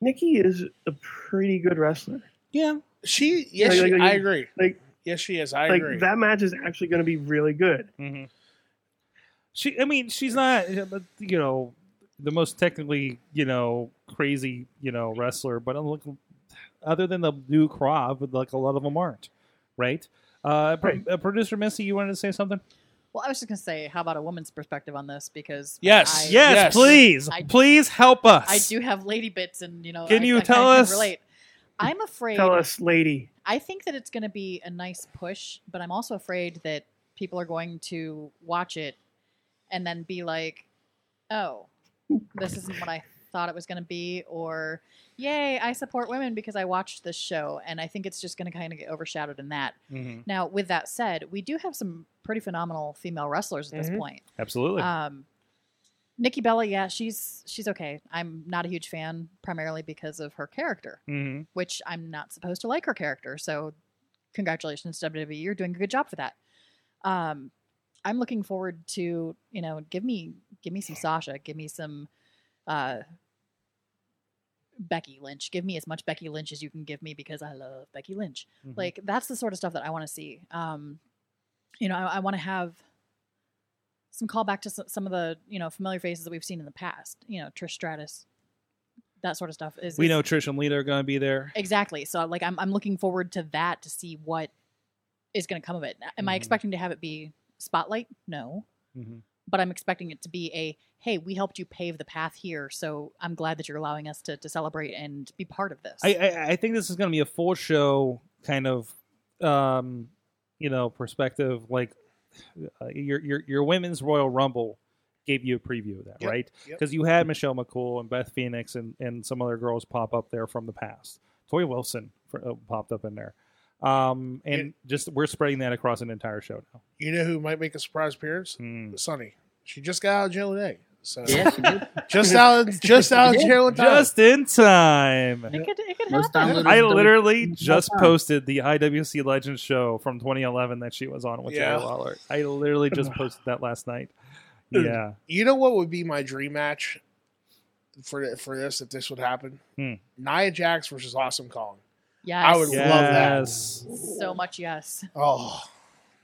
[SPEAKER 5] Nikki is a pretty good wrestler.
[SPEAKER 2] Yeah.
[SPEAKER 6] She, yes,
[SPEAKER 5] Like-
[SPEAKER 6] she-
[SPEAKER 5] like-
[SPEAKER 6] I agree.
[SPEAKER 5] like-
[SPEAKER 6] yes, she is. I
[SPEAKER 5] like
[SPEAKER 6] agree.
[SPEAKER 5] that match is actually going to be really good.
[SPEAKER 2] hmm She. I mean, she's not. uh, You know, the most technically, you know, crazy, you know, wrestler. But I'm looking, other than the new crop, like a lot of them aren't, right? Uh, pro-
[SPEAKER 5] Right.
[SPEAKER 2] uh, producer Missy, you wanted to say something?
[SPEAKER 7] Well, I was just gonna say, how about a woman's perspective on this? Because
[SPEAKER 6] Yes,
[SPEAKER 7] I,
[SPEAKER 2] Yes,
[SPEAKER 6] Yes.
[SPEAKER 2] please,
[SPEAKER 7] I-
[SPEAKER 2] please help us.
[SPEAKER 7] I do have lady bits, and you know,
[SPEAKER 2] Can
[SPEAKER 7] I-
[SPEAKER 2] you
[SPEAKER 7] I kinda
[SPEAKER 2] tell
[SPEAKER 7] can
[SPEAKER 2] us?
[SPEAKER 7] Relate. I'm afraid.
[SPEAKER 5] Tell us, lady.
[SPEAKER 7] I think that it's gonna be a nice push, but I'm also afraid that people are going to watch it and then be like, "Oh, this isn't what I thought it was gonna be," or "Yay, I support women because I watched this show." And I think it's just gonna kind of get overshadowed in that.
[SPEAKER 2] Mhm.
[SPEAKER 7] Now, with that said, we do have some pretty phenomenal female wrestlers at
[SPEAKER 6] Mhm.
[SPEAKER 7] this point.
[SPEAKER 2] Absolutely.
[SPEAKER 7] Um, Nikki Bella, yeah, she's she's okay. I'm not a huge fan primarily because of her character,
[SPEAKER 2] hmm
[SPEAKER 7] which I'm not supposed to like her character. So, congratulations WWE, you're doing a good job for that. Um, I'm looking forward to you know give me give me some Sasha, give me some uh, Becky Lynch, give me as much Becky Lynch as you can give me because I love Becky Lynch
[SPEAKER 2] Mm-hmm.
[SPEAKER 6] Mm-hmm.
[SPEAKER 7] like that's the sort of stuff that i want to see um you know i, I want to have some callback to some, some of the you know familiar faces that we've seen in the past you know trish stratus that sort of stuff is
[SPEAKER 2] we
[SPEAKER 7] is-
[SPEAKER 2] know Trish and Lita are going to be there.
[SPEAKER 7] exactly so like I'm, I'm looking forward to that to see what is going to come of it am i
[SPEAKER 2] Mhm.
[SPEAKER 7] expecting to have it be spotlight no
[SPEAKER 6] Mm-hmm.
[SPEAKER 7] but i'm expecting it to be a hey we helped you pave the path here so i'm glad that you're allowing us to, to celebrate and be part of this
[SPEAKER 2] I, I I think this is going to be a full show kind of, um, you know, perspective. Like uh, your your your women's Royal Rumble gave you a preview of that,
[SPEAKER 6] Yep,
[SPEAKER 2] right?
[SPEAKER 6] yep.
[SPEAKER 2] Because you had Michelle McCool and Beth Phoenix and and some other girls pop up there from the past. Toy Wilson for, uh, popped up in there. Um, and just we're spreading that across an entire show now.
[SPEAKER 6] You know who might make a surprise appearance?
[SPEAKER 2] Hmm.
[SPEAKER 6] Sonny. She just got out of jail today. So
[SPEAKER 3] Yeah, she did.
[SPEAKER 6] just out, just out of jail in time.
[SPEAKER 2] Just in time.
[SPEAKER 7] It could, it could
[SPEAKER 3] Most
[SPEAKER 7] happen.
[SPEAKER 3] downloaded-
[SPEAKER 2] I literally just
[SPEAKER 3] time.
[SPEAKER 2] posted the IWC Legends show from 2011 that she was on with
[SPEAKER 6] Yeah.
[SPEAKER 2] Jerry Lawler. I literally just posted that last night. Yeah.
[SPEAKER 6] You know what would be my dream match for th- for this if this would happen?
[SPEAKER 2] Hmm.
[SPEAKER 6] Nia Jax versus Awesome Kong.
[SPEAKER 7] Yes.
[SPEAKER 6] I would love that.
[SPEAKER 2] Yes.
[SPEAKER 7] so much. Yes.
[SPEAKER 6] Oh,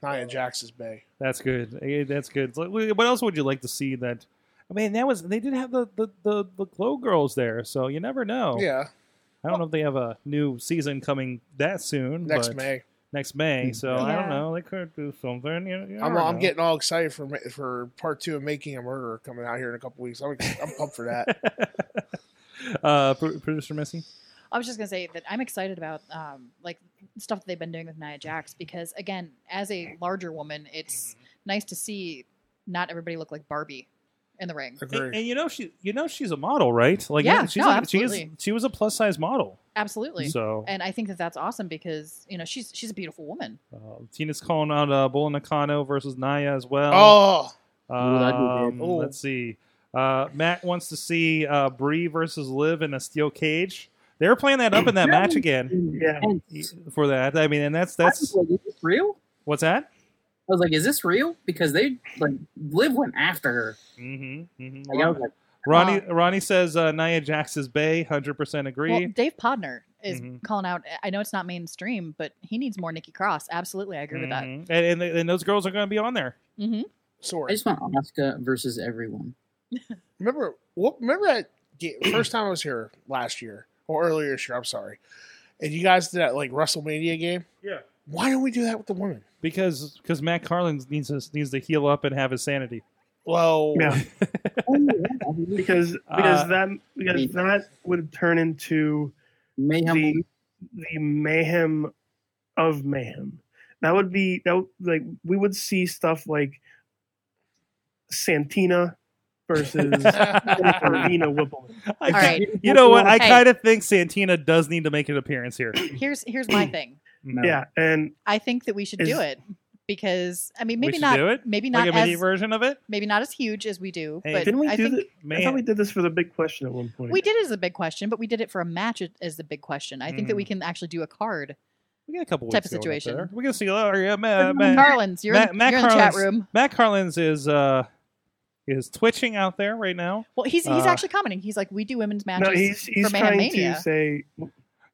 [SPEAKER 6] Nia Jax's bay.
[SPEAKER 2] That's good. Eh, That's good. So, wh- What else would you like to see that? I mean, that was they did have the the the, the glow girls there, so you never know.
[SPEAKER 6] Yeah,
[SPEAKER 2] I don't know if they have a new season coming that soon.
[SPEAKER 6] next
[SPEAKER 2] but-
[SPEAKER 6] May.
[SPEAKER 2] Next May. So I don't
[SPEAKER 7] Yeah.
[SPEAKER 2] know. They could do something. You, you
[SPEAKER 6] I'm,
[SPEAKER 2] never
[SPEAKER 6] I'm
[SPEAKER 2] know.
[SPEAKER 6] getting all excited for ma- for part two of Making a Murderer coming out here in a couple weeks. I'm, ex- I'm pumped for that.
[SPEAKER 2] uh, pro- producer Missy.
[SPEAKER 7] I was just gonna say that I'm excited about um, like stuff that they've been doing with Nia Jax because again, as a larger woman, it's
[SPEAKER 2] Mm-hmm.
[SPEAKER 7] nice to see not everybody look like Barbie in the ring.
[SPEAKER 2] And,
[SPEAKER 6] Agree.
[SPEAKER 2] and you know she, you know she's a model, right? Like
[SPEAKER 7] Yeah,
[SPEAKER 2] she's
[SPEAKER 7] no,
[SPEAKER 2] a, she is.
[SPEAKER 7] absolutely.
[SPEAKER 2] She was a plus size model.
[SPEAKER 7] Absolutely.
[SPEAKER 2] So
[SPEAKER 7] and I think that that's awesome because you know she's she's a beautiful woman.
[SPEAKER 2] uh, Tina's calling out uh, Bull Nakano versus Naya as well.
[SPEAKER 6] oh,
[SPEAKER 4] Ooh, that'd be good.
[SPEAKER 2] Um,
[SPEAKER 6] Ooh.
[SPEAKER 2] let's see. Uh, Matt wants to see uh, Bree versus Liv in a steel cage. They were playing that up in that match again e,
[SPEAKER 5] Yeah.
[SPEAKER 2] for that. I mean, and that's
[SPEAKER 3] I was
[SPEAKER 2] that's
[SPEAKER 3] like, is this real?
[SPEAKER 2] what's that?
[SPEAKER 3] I was like, is this real? Because they like Liv went after her.
[SPEAKER 2] Mm-hmm, mm-hmm.
[SPEAKER 3] Like, I was like,
[SPEAKER 2] Ronnie Ronnie says uh, Nia Jax is Bay. Hundred percent agree.
[SPEAKER 7] Um, Well, Dave Podner is
[SPEAKER 2] Mhm.
[SPEAKER 7] calling out. I know it's not mainstream, but he needs more Nikki Cross. Absolutely, I agree with that.
[SPEAKER 2] Mhm. And, and, and those girls are going to be on there.
[SPEAKER 7] hmm
[SPEAKER 3] I
[SPEAKER 6] sorry.
[SPEAKER 3] just want Oscar versus everyone.
[SPEAKER 6] Remember what? Remember that ga- first time I was here last year or earlier this year. I'm sorry. And you guys did that like WrestleMania game.
[SPEAKER 2] Yeah.
[SPEAKER 6] Why don't we do that with the women?
[SPEAKER 2] Because because Matt Carlin needs to, needs to heal up and have his sanity.
[SPEAKER 6] Well,
[SPEAKER 5] Yeah.
[SPEAKER 3] Oh, yeah.
[SPEAKER 5] Because because
[SPEAKER 2] Uh,
[SPEAKER 5] that because that would turn into
[SPEAKER 3] Mayhem. will
[SPEAKER 5] the the mayhem of mayhem. That would be that would, like we would see stuff like Santina versus
[SPEAKER 2] I
[SPEAKER 5] Arena Whippleman.
[SPEAKER 2] ca-
[SPEAKER 7] right.
[SPEAKER 2] You know what? I
[SPEAKER 7] Hey.
[SPEAKER 2] kind of think Santina does need to make an appearance here.
[SPEAKER 7] Here's here's my thing.
[SPEAKER 3] No.
[SPEAKER 5] Yeah, and
[SPEAKER 7] I think that we should
[SPEAKER 5] Is-
[SPEAKER 7] do it because I mean
[SPEAKER 2] We
[SPEAKER 7] maybe
[SPEAKER 2] should
[SPEAKER 7] not
[SPEAKER 2] do it?
[SPEAKER 7] maybe not
[SPEAKER 2] Like a mini
[SPEAKER 7] as
[SPEAKER 2] version of it.
[SPEAKER 7] maybe not as huge as we do.
[SPEAKER 2] Hey,
[SPEAKER 7] but
[SPEAKER 5] didn't we
[SPEAKER 7] I
[SPEAKER 5] do
[SPEAKER 7] think
[SPEAKER 5] the, I thought we did this for the big question at one point.
[SPEAKER 7] we did it as a big question, but we did it for a match as- as the big question. I think that we
[SPEAKER 2] Mhm.
[SPEAKER 7] can actually do a card.
[SPEAKER 2] We got a couple
[SPEAKER 7] Type
[SPEAKER 2] weeks
[SPEAKER 7] of
[SPEAKER 2] going up
[SPEAKER 7] situation.
[SPEAKER 2] there. We're gonna see. Oh, yeah, Matt, Matt,
[SPEAKER 7] Carlins, you're,
[SPEAKER 2] Matt-
[SPEAKER 7] in,
[SPEAKER 2] Matt
[SPEAKER 7] you're in the chat
[SPEAKER 2] Carlins.
[SPEAKER 7] room.
[SPEAKER 2] Matt Carlins is uh is twitching out there right now.
[SPEAKER 7] Well, he's he's
[SPEAKER 2] Uh,
[SPEAKER 7] actually commenting. He's like, we do women's matches
[SPEAKER 5] No, he's he's
[SPEAKER 7] for
[SPEAKER 5] trying
[SPEAKER 7] Mayhemania.
[SPEAKER 5] to say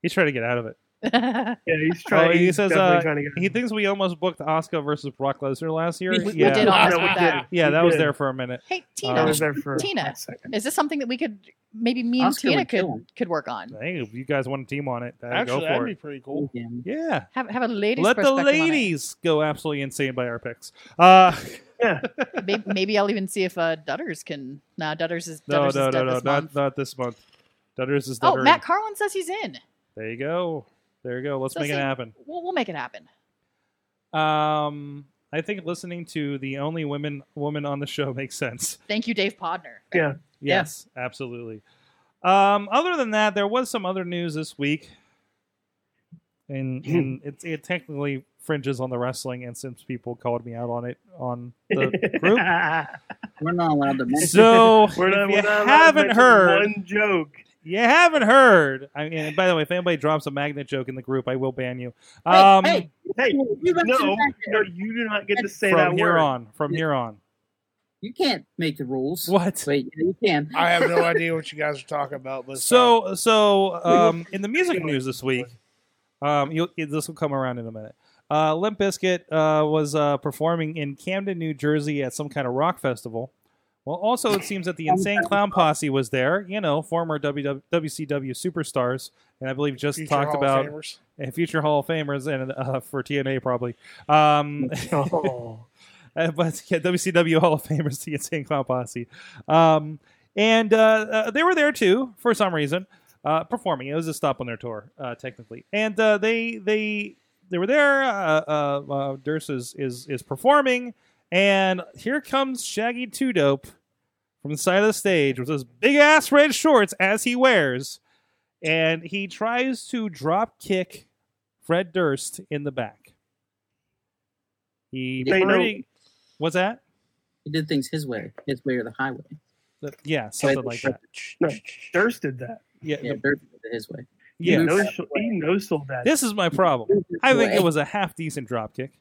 [SPEAKER 2] He's trying to get out of it.
[SPEAKER 7] yeah,
[SPEAKER 5] yeah he's trying.
[SPEAKER 2] he
[SPEAKER 5] he's
[SPEAKER 2] says,
[SPEAKER 5] definitely
[SPEAKER 2] uh,
[SPEAKER 5] trying to get
[SPEAKER 2] He thinks we almost booked Oscar versus Brock Lesnar last year.
[SPEAKER 7] We- we
[SPEAKER 2] yeah,
[SPEAKER 7] did all- almost
[SPEAKER 5] Yeah, we
[SPEAKER 7] with that.
[SPEAKER 5] did.
[SPEAKER 2] yeah,
[SPEAKER 5] We
[SPEAKER 2] that was
[SPEAKER 5] did.
[SPEAKER 2] there for a minute.
[SPEAKER 7] Hey
[SPEAKER 5] That
[SPEAKER 2] Uh,
[SPEAKER 7] Tina,
[SPEAKER 5] was there for
[SPEAKER 7] Tina.
[SPEAKER 5] a second.
[SPEAKER 7] is this something that we could maybe me and
[SPEAKER 3] Oscar
[SPEAKER 7] Tina
[SPEAKER 3] would
[SPEAKER 7] could
[SPEAKER 3] kill him.
[SPEAKER 7] could work on?
[SPEAKER 2] Hey, if you guys want a team on it, then
[SPEAKER 6] actually,
[SPEAKER 2] go
[SPEAKER 6] that'd
[SPEAKER 2] for
[SPEAKER 6] be
[SPEAKER 2] it.
[SPEAKER 6] pretty cool.
[SPEAKER 3] Mayhem.
[SPEAKER 2] Yeah.
[SPEAKER 7] Have have a ladies
[SPEAKER 2] Let the
[SPEAKER 7] perspective on it.
[SPEAKER 2] ladies go absolutely insane by our picks. Uh,
[SPEAKER 7] Maybe, maybe I'll even see if uh, Dutters can. No, Dutters is
[SPEAKER 2] no,
[SPEAKER 7] Dutters
[SPEAKER 2] no,
[SPEAKER 7] is dead
[SPEAKER 2] no, no,
[SPEAKER 7] this
[SPEAKER 2] not,
[SPEAKER 7] month.
[SPEAKER 2] not this month. Dutters is
[SPEAKER 7] oh,
[SPEAKER 2] Duttering.
[SPEAKER 7] Matt Carlin says he's in.
[SPEAKER 2] There you go. There you go. Let's
[SPEAKER 7] So
[SPEAKER 2] make it
[SPEAKER 7] see-
[SPEAKER 2] happen.
[SPEAKER 7] We'll, we'll make it happen.
[SPEAKER 2] Um, I think listening to the only women woman on the show makes sense.
[SPEAKER 7] Thank you, Dave Podner.
[SPEAKER 5] Yeah.
[SPEAKER 3] Yeah.
[SPEAKER 2] Yes, absolutely. Um, other than that, there was some other news this week, and, and it, it technically fringes on the wrestling. And since people called me out on it on the group,
[SPEAKER 3] We're not allowed to mention.
[SPEAKER 2] so
[SPEAKER 5] We're not,
[SPEAKER 2] if
[SPEAKER 5] we're
[SPEAKER 2] you
[SPEAKER 5] not allowed to
[SPEAKER 2] haven't
[SPEAKER 5] mention
[SPEAKER 2] heard,
[SPEAKER 5] one joke.
[SPEAKER 2] you haven't heard. I mean, and by the way, if anybody drops a magnet joke in the group, I will ban you.
[SPEAKER 3] Hey,
[SPEAKER 2] Um,
[SPEAKER 3] hey,
[SPEAKER 5] Hey,
[SPEAKER 3] you mentioned
[SPEAKER 5] no,
[SPEAKER 3] that.
[SPEAKER 5] no, you do not get to say that
[SPEAKER 2] from here
[SPEAKER 5] word.
[SPEAKER 2] on, from here on,
[SPEAKER 3] you can't make the rules.
[SPEAKER 2] what?
[SPEAKER 3] Wait, yeah, you can.
[SPEAKER 6] I have no idea what you guys are talking about. But uh,
[SPEAKER 2] So, so um, in the music news this week, um, you'll, this will come around in a minute. Uh, Limp Bizkit uh, was uh, performing in Camden, New Jersey, at some kind of rock festival. Well, also it seems that the Insane Clown Posse was there. You know, former WW, WCW superstars, and I believe just
[SPEAKER 6] future
[SPEAKER 2] talked
[SPEAKER 6] Hall of
[SPEAKER 2] about
[SPEAKER 6] Famers.
[SPEAKER 2] and future Hall of Famers and uh, for TNA probably. Um,
[SPEAKER 5] Oh.
[SPEAKER 2] uh, but yeah, WCW Hall of Famers, the Insane Clown Posse, um, and uh, uh, they were there too for some reason, uh, performing. It was a stop on their tour, uh, technically, and uh, they they they were there. Uh, uh, uh, Durst is, is is performing, and here comes Shaggy Two Dope from the side of the stage with those big ass red shorts as he wears, and he tries to drop kick Fred Durst in the back. He
[SPEAKER 3] They know-
[SPEAKER 2] pretty was that?
[SPEAKER 3] He did things his way, his way or the highway.
[SPEAKER 2] The- Yeah, something like that.
[SPEAKER 5] No, Durst did that.
[SPEAKER 2] Yeah,
[SPEAKER 3] Yeah,
[SPEAKER 2] the-
[SPEAKER 3] Dirk did it his way.
[SPEAKER 5] He
[SPEAKER 2] yeah.
[SPEAKER 5] no, he no sold that.
[SPEAKER 2] This is my problem. I think it was a half decent drop kick.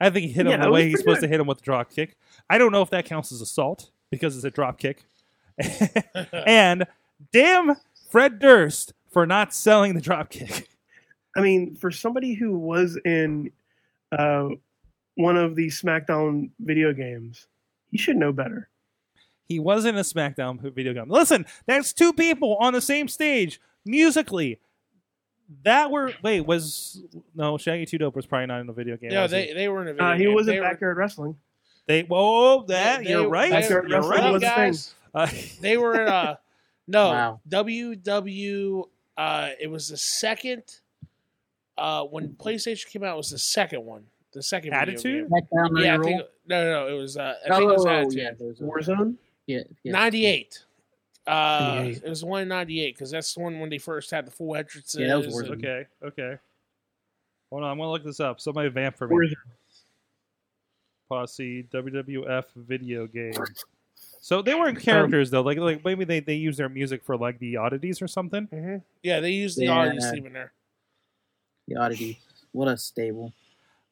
[SPEAKER 2] I think he hit him
[SPEAKER 5] Yeah,
[SPEAKER 2] the
[SPEAKER 5] it was
[SPEAKER 2] way he's
[SPEAKER 5] pretty
[SPEAKER 2] supposed
[SPEAKER 5] good.
[SPEAKER 2] to hit him with the drop kick. I don't know if that counts as assault because it's a drop kick. and damn Fred Durst for not selling the drop kick.
[SPEAKER 5] I mean, for somebody who was in uh, one of the SmackDown video games, he should know better.
[SPEAKER 2] He was in a SmackDown video game. Listen, that's two people on the same stage musically. That were wait was no Shaggy Two Dope was probably not in a video game.
[SPEAKER 6] No,
[SPEAKER 2] was he?
[SPEAKER 6] they, they were in a video
[SPEAKER 5] Uh, he
[SPEAKER 6] game.
[SPEAKER 5] was in
[SPEAKER 6] They were-
[SPEAKER 5] backyard wrestling.
[SPEAKER 2] they whoa
[SPEAKER 6] they-
[SPEAKER 2] that
[SPEAKER 6] they-
[SPEAKER 2] you're right
[SPEAKER 6] they-
[SPEAKER 5] Backyard
[SPEAKER 2] you're
[SPEAKER 5] wrestling
[SPEAKER 2] right.
[SPEAKER 5] was a thing.
[SPEAKER 6] guys.
[SPEAKER 2] Uh,
[SPEAKER 6] They were in a no
[SPEAKER 3] Wow.
[SPEAKER 6] WW. Uh, it was the second uh, when PlayStation came out. It was the second one. The second video
[SPEAKER 2] Attitude?
[SPEAKER 6] game.
[SPEAKER 3] Smackdown, Ready
[SPEAKER 6] Yeah, I
[SPEAKER 3] Roll.
[SPEAKER 6] think, no, no, no. It was. Uh, I think it was
[SPEAKER 3] Oh,
[SPEAKER 6] Attitude.
[SPEAKER 3] yeah, there was a-
[SPEAKER 5] Warzone.
[SPEAKER 3] yeah, yeah.
[SPEAKER 6] 98. Uh,
[SPEAKER 5] 98.
[SPEAKER 6] it was the one in 98 because that's the one when they first had the full entrances.
[SPEAKER 3] Yeah, that was
[SPEAKER 6] and-
[SPEAKER 3] worth it.
[SPEAKER 2] okay, okay. Hold on, I'm gonna look this up. Somebody vamp for me.
[SPEAKER 5] Warzone.
[SPEAKER 2] Posse WWF video game. So they
[SPEAKER 6] Um,
[SPEAKER 2] weren't characters though. Like like maybe they they use their music for like the oddities or something.
[SPEAKER 6] Yeah, they used the
[SPEAKER 3] Yeah.
[SPEAKER 6] audience theme in there.
[SPEAKER 3] The oddity. What a stable.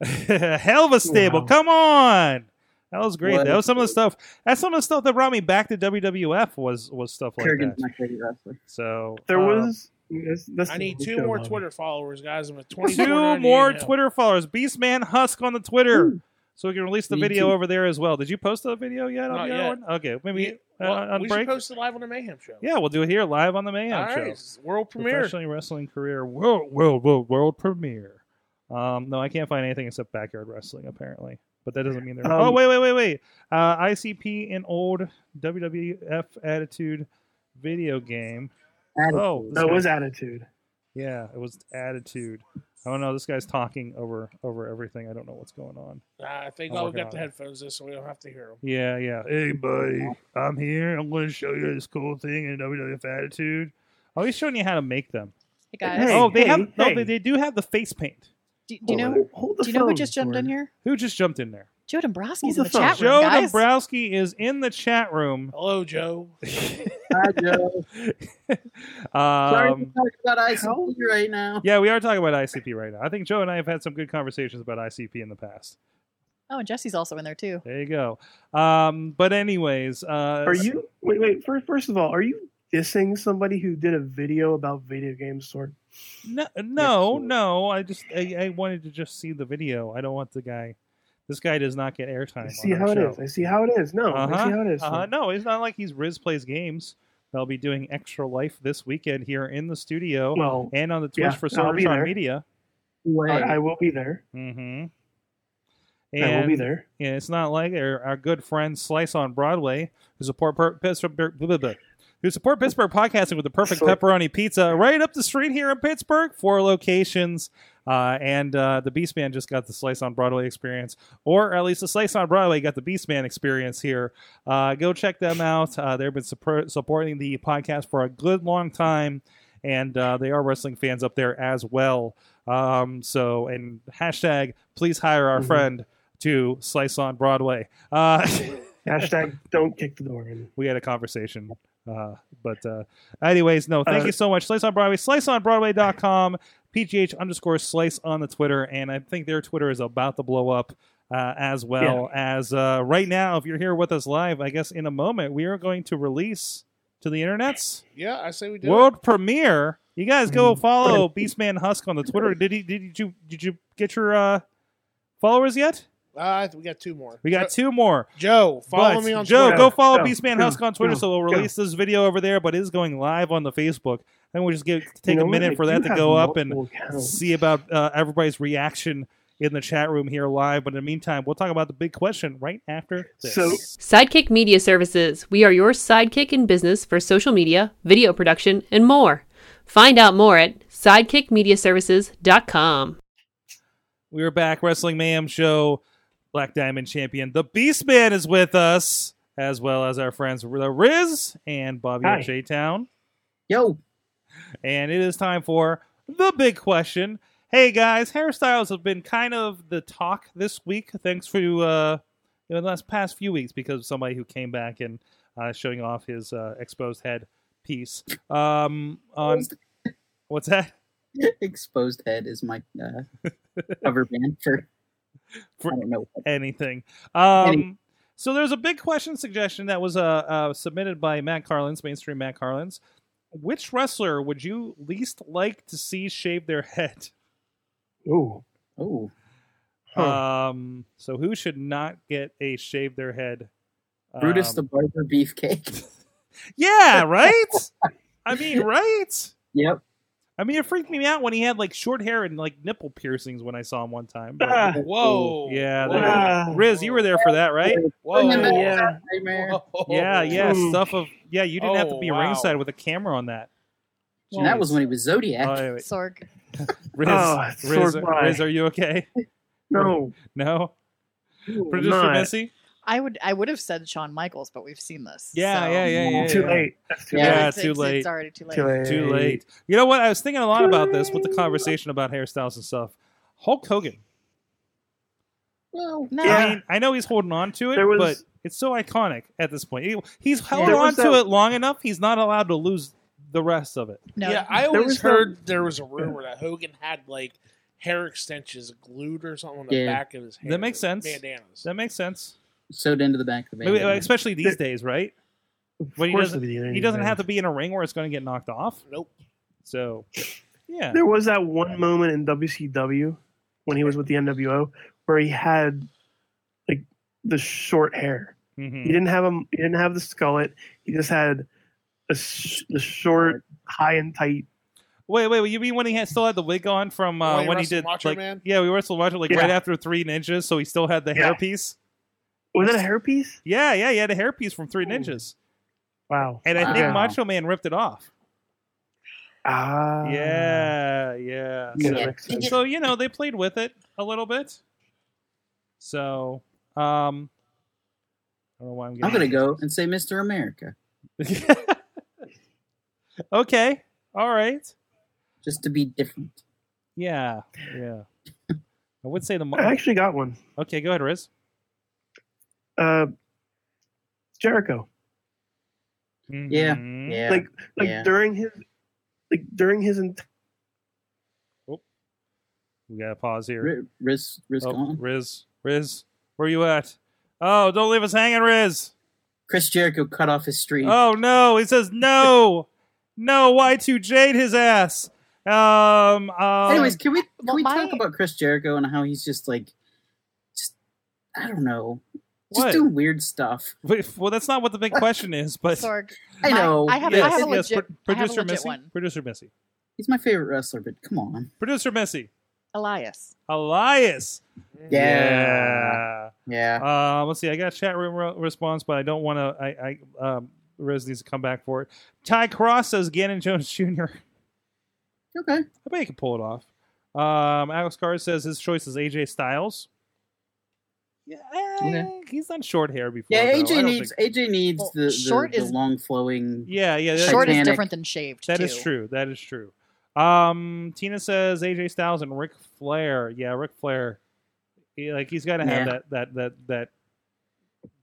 [SPEAKER 2] Hell of a stable.
[SPEAKER 5] Wow.
[SPEAKER 2] Come on. That was great.
[SPEAKER 3] What
[SPEAKER 2] That
[SPEAKER 3] a
[SPEAKER 2] was some of the
[SPEAKER 3] stable.
[SPEAKER 2] stuff. That's some of the stuff that brought me back to WWF was was stuff like
[SPEAKER 3] Kurgan's
[SPEAKER 2] that.
[SPEAKER 3] my favorite wrestler.
[SPEAKER 2] So
[SPEAKER 5] There
[SPEAKER 2] uh,
[SPEAKER 5] was. That's, that's
[SPEAKER 6] I
[SPEAKER 5] the
[SPEAKER 6] need
[SPEAKER 5] whole
[SPEAKER 6] two
[SPEAKER 5] show,
[SPEAKER 6] more
[SPEAKER 5] Bobby.
[SPEAKER 6] Twitter followers, guys. I'm at 24,
[SPEAKER 2] two
[SPEAKER 6] 98
[SPEAKER 2] more
[SPEAKER 6] now.
[SPEAKER 2] Twitter followers. Beastman Husk on the Twitter.
[SPEAKER 3] Ooh.
[SPEAKER 2] So we can release the
[SPEAKER 3] Me
[SPEAKER 2] video
[SPEAKER 3] too.
[SPEAKER 2] over there as well. Did you post that video yet on
[SPEAKER 6] Not
[SPEAKER 2] the other
[SPEAKER 6] yet.
[SPEAKER 2] one? Okay, maybe
[SPEAKER 6] Yeah,
[SPEAKER 2] uh,
[SPEAKER 6] Well,
[SPEAKER 2] on
[SPEAKER 6] we
[SPEAKER 2] break.
[SPEAKER 6] should post it live on the Mayhem Show.
[SPEAKER 2] yeah, we'll do it here live on the Mayhem
[SPEAKER 6] All
[SPEAKER 2] Show.
[SPEAKER 6] right, it's world premiere.
[SPEAKER 2] Professionally wrestling career world world world world premiere. Um, no, I can't find anything except backyard wrestling apparently, but that doesn't mean they're.
[SPEAKER 5] Um,
[SPEAKER 2] oh wait wait wait wait. Uh, ICP in old WWF Attitude video game. Oh,
[SPEAKER 5] That was attitude.
[SPEAKER 2] Yeah, it was Attitude. I don't know. This guy's talking over over everything. I don't know what's going on.
[SPEAKER 6] Uh, I think
[SPEAKER 2] I'm
[SPEAKER 6] I'll
[SPEAKER 2] working
[SPEAKER 6] get the
[SPEAKER 2] on it.
[SPEAKER 6] headphones this so we don't have to hear them.
[SPEAKER 2] Yeah, yeah. Hey, buddy, I'm here. I'm going to show you this cool thing in WWF Attitude. Oh, he's showing you how to make them.
[SPEAKER 7] Hey guys,
[SPEAKER 5] Hey,
[SPEAKER 2] oh, they have. No,
[SPEAKER 5] hey.
[SPEAKER 2] they, they do have the face paint.
[SPEAKER 7] do, do you know?
[SPEAKER 5] Hold- hold the
[SPEAKER 7] Do you know who
[SPEAKER 5] phone,
[SPEAKER 7] just jumped in
[SPEAKER 5] Gordon.
[SPEAKER 7] here?
[SPEAKER 2] Who just jumped in there?
[SPEAKER 7] Joe Dombrowski's
[SPEAKER 5] Who
[SPEAKER 7] in
[SPEAKER 5] the
[SPEAKER 7] the
[SPEAKER 5] fuck?
[SPEAKER 7] chat room,
[SPEAKER 2] Joe
[SPEAKER 7] guys.
[SPEAKER 2] Dombrowski is in the chat room.
[SPEAKER 6] Hello, Joe.
[SPEAKER 3] Hi, Joe. Sorry
[SPEAKER 2] um,
[SPEAKER 3] to talk about
[SPEAKER 5] how-
[SPEAKER 3] ICP right now.
[SPEAKER 2] yeah, we are talking about ICP right now. I think Joe and I have had some good conversations about ICP in the past.
[SPEAKER 7] Oh, and Jesse's also in there too.
[SPEAKER 2] There you go. Um, but anyways, uh,
[SPEAKER 5] Are you? Wait, wait. First, first of all, are you dissing somebody who did a video about video games? Sort.
[SPEAKER 2] No, no,
[SPEAKER 5] cool.
[SPEAKER 2] no. I just I, I wanted to just see the video. I don't want the guy. This guy does not get airtime.
[SPEAKER 5] I
[SPEAKER 2] on
[SPEAKER 5] see
[SPEAKER 2] our
[SPEAKER 5] how it
[SPEAKER 2] show.
[SPEAKER 5] is. I see how it is. No, I
[SPEAKER 2] Uh-huh,
[SPEAKER 5] see how it is.
[SPEAKER 2] Uh, no, it's not like he's Riz plays games. They'll be doing extra life this weekend here in the studio
[SPEAKER 5] Well,
[SPEAKER 2] and on the Twitch
[SPEAKER 5] yeah,
[SPEAKER 2] for
[SPEAKER 5] I'll be
[SPEAKER 2] Sorgatron
[SPEAKER 5] there.
[SPEAKER 2] Media.
[SPEAKER 3] Way.
[SPEAKER 5] I, I will be there.
[SPEAKER 2] Mm-hmm.
[SPEAKER 5] I will be
[SPEAKER 2] And
[SPEAKER 5] there.
[SPEAKER 2] yeah, it's not like our, our good friend Slice on Broadway, who support per- Pittsburgh, blah, blah, blah, who support Pittsburgh podcasting with the perfect
[SPEAKER 5] Sure.
[SPEAKER 2] pepperoni pizza right up the street here in Pittsburgh. Four locations, uh, and uh, the Beast Man just got the Slice on Broadway experience, or at least the Slice on Broadway got the Beast Man experience here. Uh, go check them out. Uh, they've been support- supporting the podcast for a good long time. And uh, they are wrestling fans up there as well. Um, so, and hashtag please hire our
[SPEAKER 5] Mhm.
[SPEAKER 2] friend to Slice on Broadway. Uh,
[SPEAKER 5] Hashtag don't kick the door in.
[SPEAKER 2] we had a conversation. Uh, but uh, anyways, no, thank
[SPEAKER 5] Uh,
[SPEAKER 2] you so much. Slice on Broadway, sliceonbroadway.com, PGH underscore slice on the Twitter. And I think their Twitter is about to blow up uh, as well as uh, right now. If you're here with us live, I guess in a moment, we are going to release to the internets
[SPEAKER 6] Yeah, I say we do.
[SPEAKER 2] world premiere. You guys go
[SPEAKER 5] Mm.
[SPEAKER 2] follow Beastman Husk on the Twitter. Did he? Did you? Did you get your uh, followers yet?
[SPEAKER 6] it. Uh, I think we got two more.
[SPEAKER 2] We got
[SPEAKER 6] Jo-
[SPEAKER 2] two more.
[SPEAKER 6] Joe. Follow
[SPEAKER 2] But,
[SPEAKER 6] me on
[SPEAKER 2] Joe,
[SPEAKER 6] Twitter.
[SPEAKER 2] go follow
[SPEAKER 5] Go,
[SPEAKER 2] Beastman
[SPEAKER 5] go,
[SPEAKER 2] Husk on Twitter,
[SPEAKER 5] go,
[SPEAKER 2] so we'll
[SPEAKER 5] go.
[SPEAKER 2] release this video over there, but it is going live on the Facebook. And we'll just give, take
[SPEAKER 5] You know
[SPEAKER 2] a
[SPEAKER 5] what? I
[SPEAKER 2] minute for
[SPEAKER 5] do
[SPEAKER 2] that to
[SPEAKER 5] have
[SPEAKER 2] go up and
[SPEAKER 5] multiple accounts.
[SPEAKER 2] see about uh, everybody's reaction in the chat room here live. But in the meantime, we'll talk about the big question right after this.
[SPEAKER 5] So
[SPEAKER 8] Sidekick Media Services. We are your sidekick in business for social media, video production, and more. Find out more at sidekickmediaservices.com.
[SPEAKER 2] we are back, Wrestling Mayhem Show, Black Diamond Champion. The Beastman is with us, as well as our friends the Riz and Bobby
[SPEAKER 5] Hi.
[SPEAKER 2] of J Town.
[SPEAKER 3] Yo,
[SPEAKER 2] And it is time for the big question. Hey guys, hairstyles have been kind of the talk this week. Thanks for uh, you know, the last past few weeks because of somebody who came back and uh, showing off his uh, exposed head piece. Um, on what's that?
[SPEAKER 3] Exposed Head is my uh, cover band for,
[SPEAKER 2] For-
[SPEAKER 3] I don't know what.
[SPEAKER 2] anything. Um,
[SPEAKER 3] Any-
[SPEAKER 2] So there's a big question suggestion that was uh, uh, submitted by Matt Carlins, mainstream Matt Carlins. Which wrestler would you least like to see shave their head?
[SPEAKER 5] Ooh.
[SPEAKER 3] Oh,
[SPEAKER 5] Huh.
[SPEAKER 2] Um, so who should not get a shave their head?
[SPEAKER 3] Brutus
[SPEAKER 2] Um,
[SPEAKER 3] the Barber Beefcake.
[SPEAKER 2] yeah, right. I mean, right.
[SPEAKER 3] yep.
[SPEAKER 2] I mean, it freaked me out when he had like short hair and like nipple piercings when I saw him one time. but-
[SPEAKER 5] Ah,
[SPEAKER 6] Whoa.
[SPEAKER 2] yeah,
[SPEAKER 6] Whoa.
[SPEAKER 2] that-
[SPEAKER 5] ah,
[SPEAKER 2] Riz, you were there for that, right?
[SPEAKER 6] Whoa.
[SPEAKER 3] Bring him back.
[SPEAKER 5] yeah.
[SPEAKER 3] Nightmare.
[SPEAKER 6] Whoa.
[SPEAKER 5] Oh,
[SPEAKER 2] Yeah, yeah,
[SPEAKER 5] Ooh.
[SPEAKER 2] stuff of yeah. You didn't have to
[SPEAKER 6] Oh,
[SPEAKER 2] be
[SPEAKER 6] wow.
[SPEAKER 2] ringside with a camera on that.
[SPEAKER 3] And that was
[SPEAKER 2] Jeez.
[SPEAKER 3] when he was Zodiac.
[SPEAKER 2] Oh, wait, wait.
[SPEAKER 7] Sorg.
[SPEAKER 2] Riz,
[SPEAKER 5] Oh, it's
[SPEAKER 2] Riz,
[SPEAKER 5] sort by.
[SPEAKER 2] Riz, are you okay?
[SPEAKER 5] No.
[SPEAKER 2] No,
[SPEAKER 5] Ooh,
[SPEAKER 2] producer
[SPEAKER 5] not.
[SPEAKER 2] Missy.
[SPEAKER 7] I would I would have said Shawn Michaels, but we've seen this.
[SPEAKER 2] Yeah,
[SPEAKER 7] so-
[SPEAKER 2] yeah, yeah, yeah.
[SPEAKER 5] Too
[SPEAKER 2] yeah.
[SPEAKER 5] late. That's too
[SPEAKER 3] Yeah.
[SPEAKER 5] late.
[SPEAKER 2] Yeah,
[SPEAKER 7] it's,
[SPEAKER 2] too
[SPEAKER 7] it's-
[SPEAKER 2] late.
[SPEAKER 7] It's already too late.
[SPEAKER 5] Too late.
[SPEAKER 2] Too late. You know what? I was thinking a lot about this with the conversation about hairstyles and stuff. Hulk Hogan.
[SPEAKER 3] Well,
[SPEAKER 7] No.
[SPEAKER 2] I
[SPEAKER 5] Yeah.
[SPEAKER 2] mean, I know he's holding on to it,
[SPEAKER 5] There was-
[SPEAKER 2] but it's so iconic at this point. He- He's held
[SPEAKER 5] There
[SPEAKER 2] on
[SPEAKER 5] was
[SPEAKER 2] to
[SPEAKER 5] that-
[SPEAKER 2] it long enough. He's not allowed to lose the rest of it.
[SPEAKER 7] No.
[SPEAKER 6] Yeah, I
[SPEAKER 5] There
[SPEAKER 6] always
[SPEAKER 5] was
[SPEAKER 6] heard there was a rumor that Hogan had like hair extensions glued or something on the
[SPEAKER 3] Yeah.
[SPEAKER 6] back of his hair.
[SPEAKER 2] That makes sense.
[SPEAKER 6] Bandanas.
[SPEAKER 2] That makes sense.
[SPEAKER 3] sewed into the back of the
[SPEAKER 2] Maybe,
[SPEAKER 3] band.
[SPEAKER 2] especially these days, right?
[SPEAKER 5] Of
[SPEAKER 2] Well, he
[SPEAKER 5] course
[SPEAKER 2] doesn't-
[SPEAKER 5] it'd be the
[SPEAKER 2] He doesn't
[SPEAKER 5] end.
[SPEAKER 2] have to be in a ring where it's going to get knocked off.
[SPEAKER 6] nope.
[SPEAKER 2] So, yeah.
[SPEAKER 5] There was that one moment in WCW when he was with the NWO where he had like the short hair.
[SPEAKER 2] Mhm.
[SPEAKER 5] He didn't have him. He didn't have the skullet. He just had a sh- the short, high and tight.
[SPEAKER 2] Wait, wait, wait. You mean when he had, still had the wig on from uh,
[SPEAKER 6] When he
[SPEAKER 2] when he
[SPEAKER 6] Oh, wrestled
[SPEAKER 2] did
[SPEAKER 6] Macho
[SPEAKER 2] like
[SPEAKER 6] Man?
[SPEAKER 2] yeah, we wrestled Macho like
[SPEAKER 5] Yeah.
[SPEAKER 2] right after Three Ninjas, so he still had the
[SPEAKER 5] Yeah.
[SPEAKER 2] hairpiece.
[SPEAKER 5] Was that a hairpiece?
[SPEAKER 2] Yeah, yeah, he had a hairpiece from Three Ninjas,
[SPEAKER 5] Wow.
[SPEAKER 2] and I think
[SPEAKER 3] Wow.
[SPEAKER 2] Macho Man ripped it off.
[SPEAKER 5] Ah.
[SPEAKER 2] yeah, yeah.
[SPEAKER 5] Yeah,
[SPEAKER 2] So,
[SPEAKER 5] that makes sense.
[SPEAKER 2] so, you know they played with it a little bit. So um, I don't know why I'm. Getting
[SPEAKER 3] I'm gonna go and say Mr. America
[SPEAKER 2] okay. All right.
[SPEAKER 3] just to be different.
[SPEAKER 2] Yeah. Yeah. I would say the. Mo-
[SPEAKER 5] I actually got one.
[SPEAKER 2] okay, go ahead, Riz.
[SPEAKER 5] Uh, Jericho.
[SPEAKER 3] Yeah.
[SPEAKER 2] Mhm.
[SPEAKER 3] Yeah,
[SPEAKER 5] Like- Like
[SPEAKER 3] Yeah.
[SPEAKER 5] during his, like during his ent-
[SPEAKER 2] We gotta pause here.
[SPEAKER 3] Ri- Riz, Riz
[SPEAKER 2] Oh,
[SPEAKER 3] gone.
[SPEAKER 2] Riz, Riz, where you at? Oh, don't leave us hanging, Riz.
[SPEAKER 3] Chris Jericho cut off his stream.
[SPEAKER 2] Oh no, he says no, no. Y2 Jade his ass. Um, um
[SPEAKER 3] Anyways, can we can
[SPEAKER 7] Well,
[SPEAKER 3] we
[SPEAKER 7] my-
[SPEAKER 3] talk about Chris Jericho and how he's just like, just I don't know, just
[SPEAKER 2] What?
[SPEAKER 3] doing weird stuff.
[SPEAKER 2] wait, well, that's not what the big question is, but
[SPEAKER 7] Sorg.
[SPEAKER 3] I
[SPEAKER 7] My-
[SPEAKER 3] know.
[SPEAKER 7] I have-
[SPEAKER 2] yes,
[SPEAKER 7] a
[SPEAKER 2] yes, pro-
[SPEAKER 7] legit- I have a
[SPEAKER 2] producer
[SPEAKER 7] legit
[SPEAKER 2] Missy,
[SPEAKER 7] one.
[SPEAKER 2] producer Missy,
[SPEAKER 3] He's my favorite wrestler, but come on.
[SPEAKER 2] producer Missy,
[SPEAKER 7] Elias.
[SPEAKER 2] Elias.
[SPEAKER 3] Yeah.
[SPEAKER 2] yeah.
[SPEAKER 3] Yeah.
[SPEAKER 2] Uh, let's see. I got a chat room re- response, but I don't want to. I, I um, Riz needs to come back for it. Ty Cross says Gannon Jones Jr.
[SPEAKER 3] Okay.
[SPEAKER 2] I bet he can pull it off. Um, Alex Carr says his choice is AJ Styles. Yeah, eh,
[SPEAKER 3] Okay.
[SPEAKER 2] he's done short hair before.
[SPEAKER 3] Yeah.
[SPEAKER 2] though. I
[SPEAKER 3] AJ
[SPEAKER 2] don't
[SPEAKER 3] needs
[SPEAKER 2] think-
[SPEAKER 3] AJ needs
[SPEAKER 7] Well,
[SPEAKER 3] the, the,
[SPEAKER 7] short
[SPEAKER 3] the
[SPEAKER 7] is-
[SPEAKER 3] long flowing.
[SPEAKER 2] Yeah, yeah, that,
[SPEAKER 7] Short is
[SPEAKER 3] Titanic.
[SPEAKER 7] different than shaved.
[SPEAKER 2] that
[SPEAKER 7] too.
[SPEAKER 2] is true. That is true. Um, Tina says AJ Styles and Ric Flair. Yeah, Ric Flair. He- like he's got to have
[SPEAKER 3] Yeah.
[SPEAKER 2] that that that that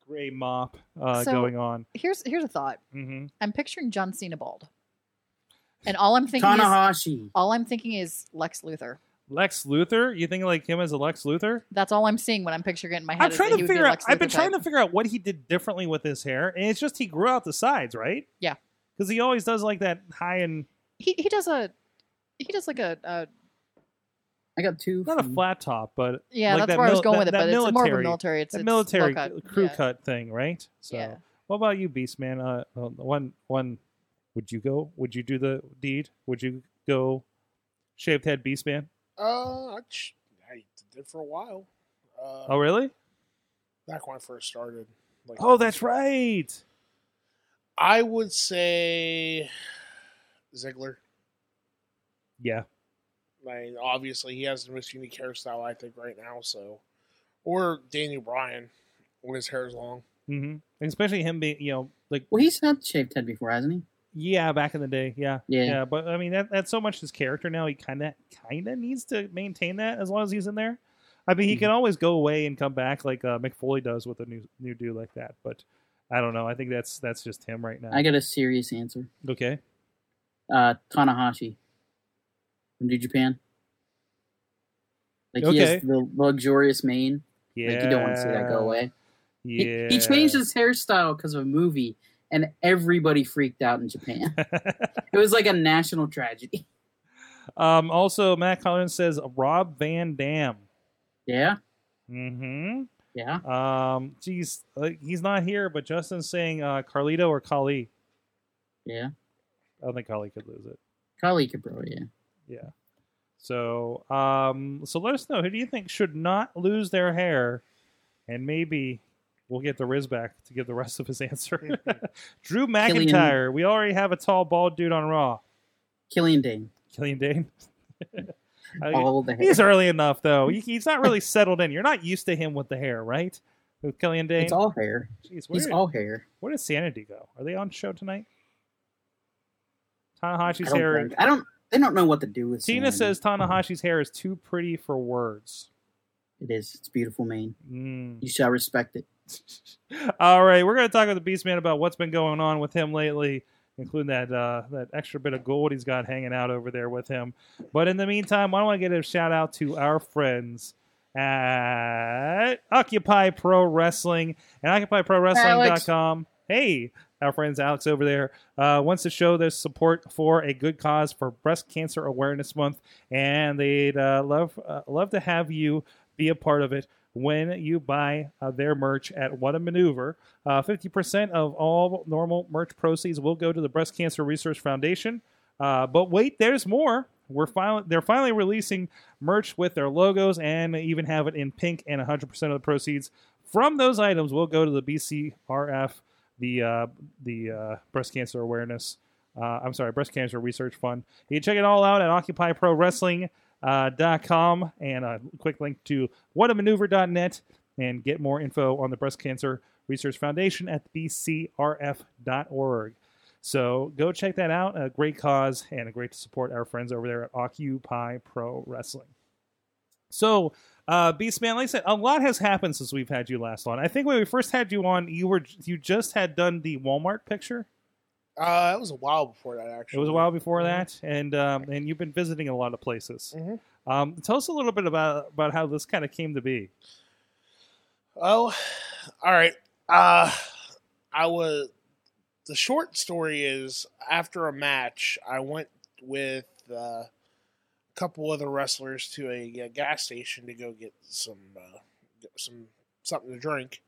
[SPEAKER 2] gray mop uh,
[SPEAKER 7] So-
[SPEAKER 2] going on.
[SPEAKER 7] Here's here's a thought.
[SPEAKER 2] hmm
[SPEAKER 7] I'm picturing John Cena bald, and all I'm thinking is
[SPEAKER 3] Tanahashi.
[SPEAKER 7] all I'm thinking is Lex Luthor.
[SPEAKER 2] Lex Luthor. You think like him as a Lex Luthor?
[SPEAKER 7] That's all I'm seeing when I'm picturing it in my head.
[SPEAKER 2] I'm
[SPEAKER 7] is
[SPEAKER 2] trying
[SPEAKER 7] that
[SPEAKER 2] to
[SPEAKER 7] he would be
[SPEAKER 2] figure
[SPEAKER 7] a
[SPEAKER 2] out.
[SPEAKER 7] Lex
[SPEAKER 2] I've been
[SPEAKER 7] Luthor
[SPEAKER 2] trying
[SPEAKER 7] type.
[SPEAKER 2] to figure out what he did differently with his hair, and it's just he grew out the sides, right?
[SPEAKER 7] Yeah.
[SPEAKER 2] Because he always does like that high and
[SPEAKER 7] He he does a he does like a, a
[SPEAKER 3] I got two.
[SPEAKER 2] not a
[SPEAKER 7] Mm-hmm.
[SPEAKER 3] from-
[SPEAKER 2] flat top, but
[SPEAKER 7] yeah.
[SPEAKER 2] Like
[SPEAKER 7] that's
[SPEAKER 2] that
[SPEAKER 7] where I was
[SPEAKER 2] mil-
[SPEAKER 7] going
[SPEAKER 2] that-
[SPEAKER 7] with it,
[SPEAKER 2] that
[SPEAKER 7] but it's more of a
[SPEAKER 2] military-
[SPEAKER 7] military. It's
[SPEAKER 2] that
[SPEAKER 7] it's
[SPEAKER 2] military
[SPEAKER 7] low cut.
[SPEAKER 2] crew
[SPEAKER 7] Yeah.
[SPEAKER 2] cut thing, right? So,
[SPEAKER 7] Yeah.
[SPEAKER 2] what about you, Beast Man? Uh, uh, one one, would you go? Would you do the deed? Would you go? Shaved head Beast Man.
[SPEAKER 6] Uh, I, ch- I did for a while. Uh,
[SPEAKER 2] Oh really?
[SPEAKER 6] Back when I first started. Like,
[SPEAKER 2] Oh, that's right.
[SPEAKER 6] I would say Ziggler.
[SPEAKER 2] Yeah.
[SPEAKER 6] Like, obviously, he has the most unique hairstyle I think right now. So, or Daniel Bryan when his hair is long.
[SPEAKER 2] Mm-hmm. Especially him being, you know, like
[SPEAKER 3] Well, he's had shaved head before, hasn't he?
[SPEAKER 2] Yeah, back in the day. Yeah.
[SPEAKER 3] Yeah.
[SPEAKER 2] Yeah, but I mean that that's so much his character now. He kind of kind of needs to maintain that as long as he's in there. I mean, he
[SPEAKER 3] Mm-hmm.
[SPEAKER 2] can always go away and come back like uh, McFoley does with a new new dude like that. But I don't know. I think that's that's just him right now.
[SPEAKER 3] I got a serious answer.
[SPEAKER 2] okay.
[SPEAKER 3] Uh, Tanahashi from New Japan. Like he
[SPEAKER 2] Okay.
[SPEAKER 3] has the luxurious mane.
[SPEAKER 2] Yeah.
[SPEAKER 3] Like you don't want to see that go away. He-
[SPEAKER 2] Yeah.
[SPEAKER 3] He, changed his hairstyle because of a movie, and everybody freaked out in Japan. it was like a national tragedy.
[SPEAKER 2] um. Also, Matt Collins says Rob Van Dam.
[SPEAKER 3] Yeah,
[SPEAKER 2] Mm-hmm.
[SPEAKER 3] yeah.
[SPEAKER 2] Um. Geez, uh, he's not here, but Justin's saying uh, Carlito or Kali.
[SPEAKER 3] Yeah.
[SPEAKER 2] I don't think Kali could lose it.
[SPEAKER 3] Kali Cabro, yeah.
[SPEAKER 2] Yeah. So, um, so let us know who do you think should not lose their hair, and maybe we'll get the Riz back to give the rest of his answer. Drew
[SPEAKER 3] Killian-
[SPEAKER 2] McIntyre. We already have a tall, bald dude on Raw.
[SPEAKER 3] Killian Dane.
[SPEAKER 2] Killian Dane. I-
[SPEAKER 3] All the hair.
[SPEAKER 2] Oh, he's early enough though. He- he's not really settled in. You're not used to him with the hair, right? With Killian Dane.
[SPEAKER 3] It's all hair.
[SPEAKER 2] Jeez, where,
[SPEAKER 3] He's
[SPEAKER 2] did,
[SPEAKER 3] all hair.
[SPEAKER 2] where did Sanity go? Are they on show tonight?
[SPEAKER 3] I
[SPEAKER 2] Tanahashi's
[SPEAKER 3] don't,
[SPEAKER 2] hair.
[SPEAKER 3] think- I don't. They don't know what to do with.
[SPEAKER 2] Tina
[SPEAKER 3] Sanity.
[SPEAKER 2] says Tanahashi's hair is too pretty for words.
[SPEAKER 3] it is. It's beautiful, Maine.
[SPEAKER 2] Mm.
[SPEAKER 3] You shall respect it.
[SPEAKER 2] All right, we're going to talk with the Beast Man about what's been going on with him lately, including that uh, that extra bit of gold he's got hanging out over there with him. But in the meantime, I want to give a shout out to our friends at Occupy Pro Wrestling and OccupyProWrestling.com. Hey, our friends Alex over there uh, wants to show their support for a good cause for Breast Cancer Awareness Month, and they'd uh, love uh, love to have you be a part of it when you buy uh, their merch at What a Maneuver. Uh, 50% of all normal merch proceeds will go to the Breast Cancer Research Foundation. Uh, but wait, there's more. We're finally they're finally releasing merch with their logos and they even have it in pink. And 100% of the proceeds from those items will go to the BCRF, the uh, the uh, Breast Cancer Awareness. Uh, I'm sorry, Breast Cancer Research Fund. You can check it all out at Occupy Pro Wrestling uh, dot .com and a quick link to whatamaneuver.net and get more info on the Breast Cancer Research Foundation at bcrf.org. So go check that out. A great cause and a great to support our friends over there at Occupy Pro Wrestling. So, uh, Beastman, like I said, a lot has happened since we've had you last on. I think when we first had you on, you were you just had done the Walmart picture.
[SPEAKER 6] Uh, that was a while before that. Actually,
[SPEAKER 2] It was a while before
[SPEAKER 6] Mhm.
[SPEAKER 2] that, and um, and you've been visiting a lot of places.
[SPEAKER 6] Mhm.
[SPEAKER 2] Um, tell us a little bit about about how this kind of came to be.
[SPEAKER 6] Oh, all right. Uh, I was. The short story is after a match, I went with uh, a couple other wrestlers to a, uh gas station to go get some uh, get some something to drink.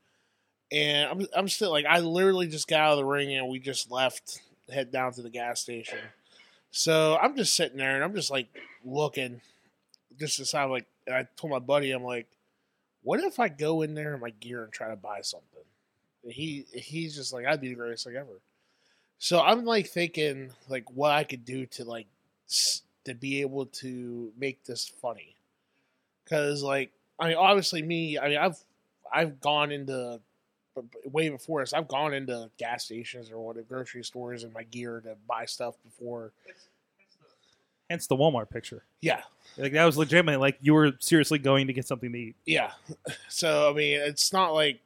[SPEAKER 6] And I'm I'm still like I literally just got out of the ring and we just left, head down to the gas station. So I'm just sitting there and I'm just like looking, just to sound like. And I told my buddy I'm like, what if I go in there in my gear and try to buy something? He he's just like, I'd be the greatest thing ever. So I'm like thinking like what I could do to like s- to be able to make this funny, because like I mean obviously me I mean I've I've gone into b- b- way before this I've gone into gas stations or what grocery stores in my gear to buy stuff before
[SPEAKER 2] Hence the Walmart picture.
[SPEAKER 6] yeah
[SPEAKER 2] Like that was legitimate. Like you were seriously going to get something to eat.
[SPEAKER 6] Yeah. So I mean, it's not like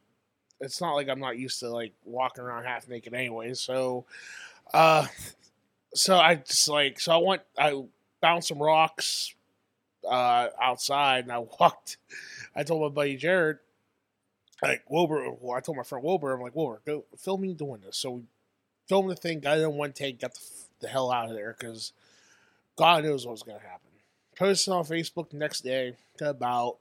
[SPEAKER 6] it's not like I'm not used to like walking around half naked anyway. So uh so I just like so I went I bounced some rocks uh outside and I walked I told my buddy Jared like Wilbur well, I told my friend Wilbur I'm like Wilbur go film me doing this. So we filmed the thing, got it in one take, got the, f- the hell out of there cuz God knows what was going to happen. Posted on Facebook the next day, got about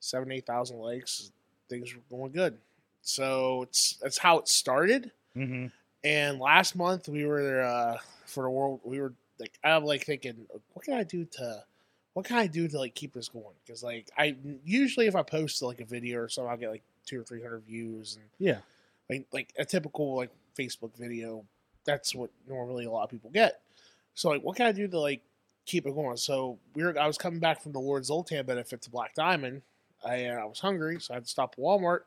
[SPEAKER 6] seven, eight thousand likes, things were going good. So it's that's how it started.
[SPEAKER 2] Mm-hmm.
[SPEAKER 6] And last month we were uh, for the world. We were like, I'm like thinking, what can I do to, what can I do to like keep this going? Because like I usually if I post like a video or something, I'll get like two or three hundred views and
[SPEAKER 2] Yeah.
[SPEAKER 6] like like a typical like Facebook video. That's what normally a lot of people get. So like, what can I do to like keep it going? So we were, I was coming back from the Lord Zoltan benefit to Black Diamond, I- and I was hungry, so I had to stop at Walmart,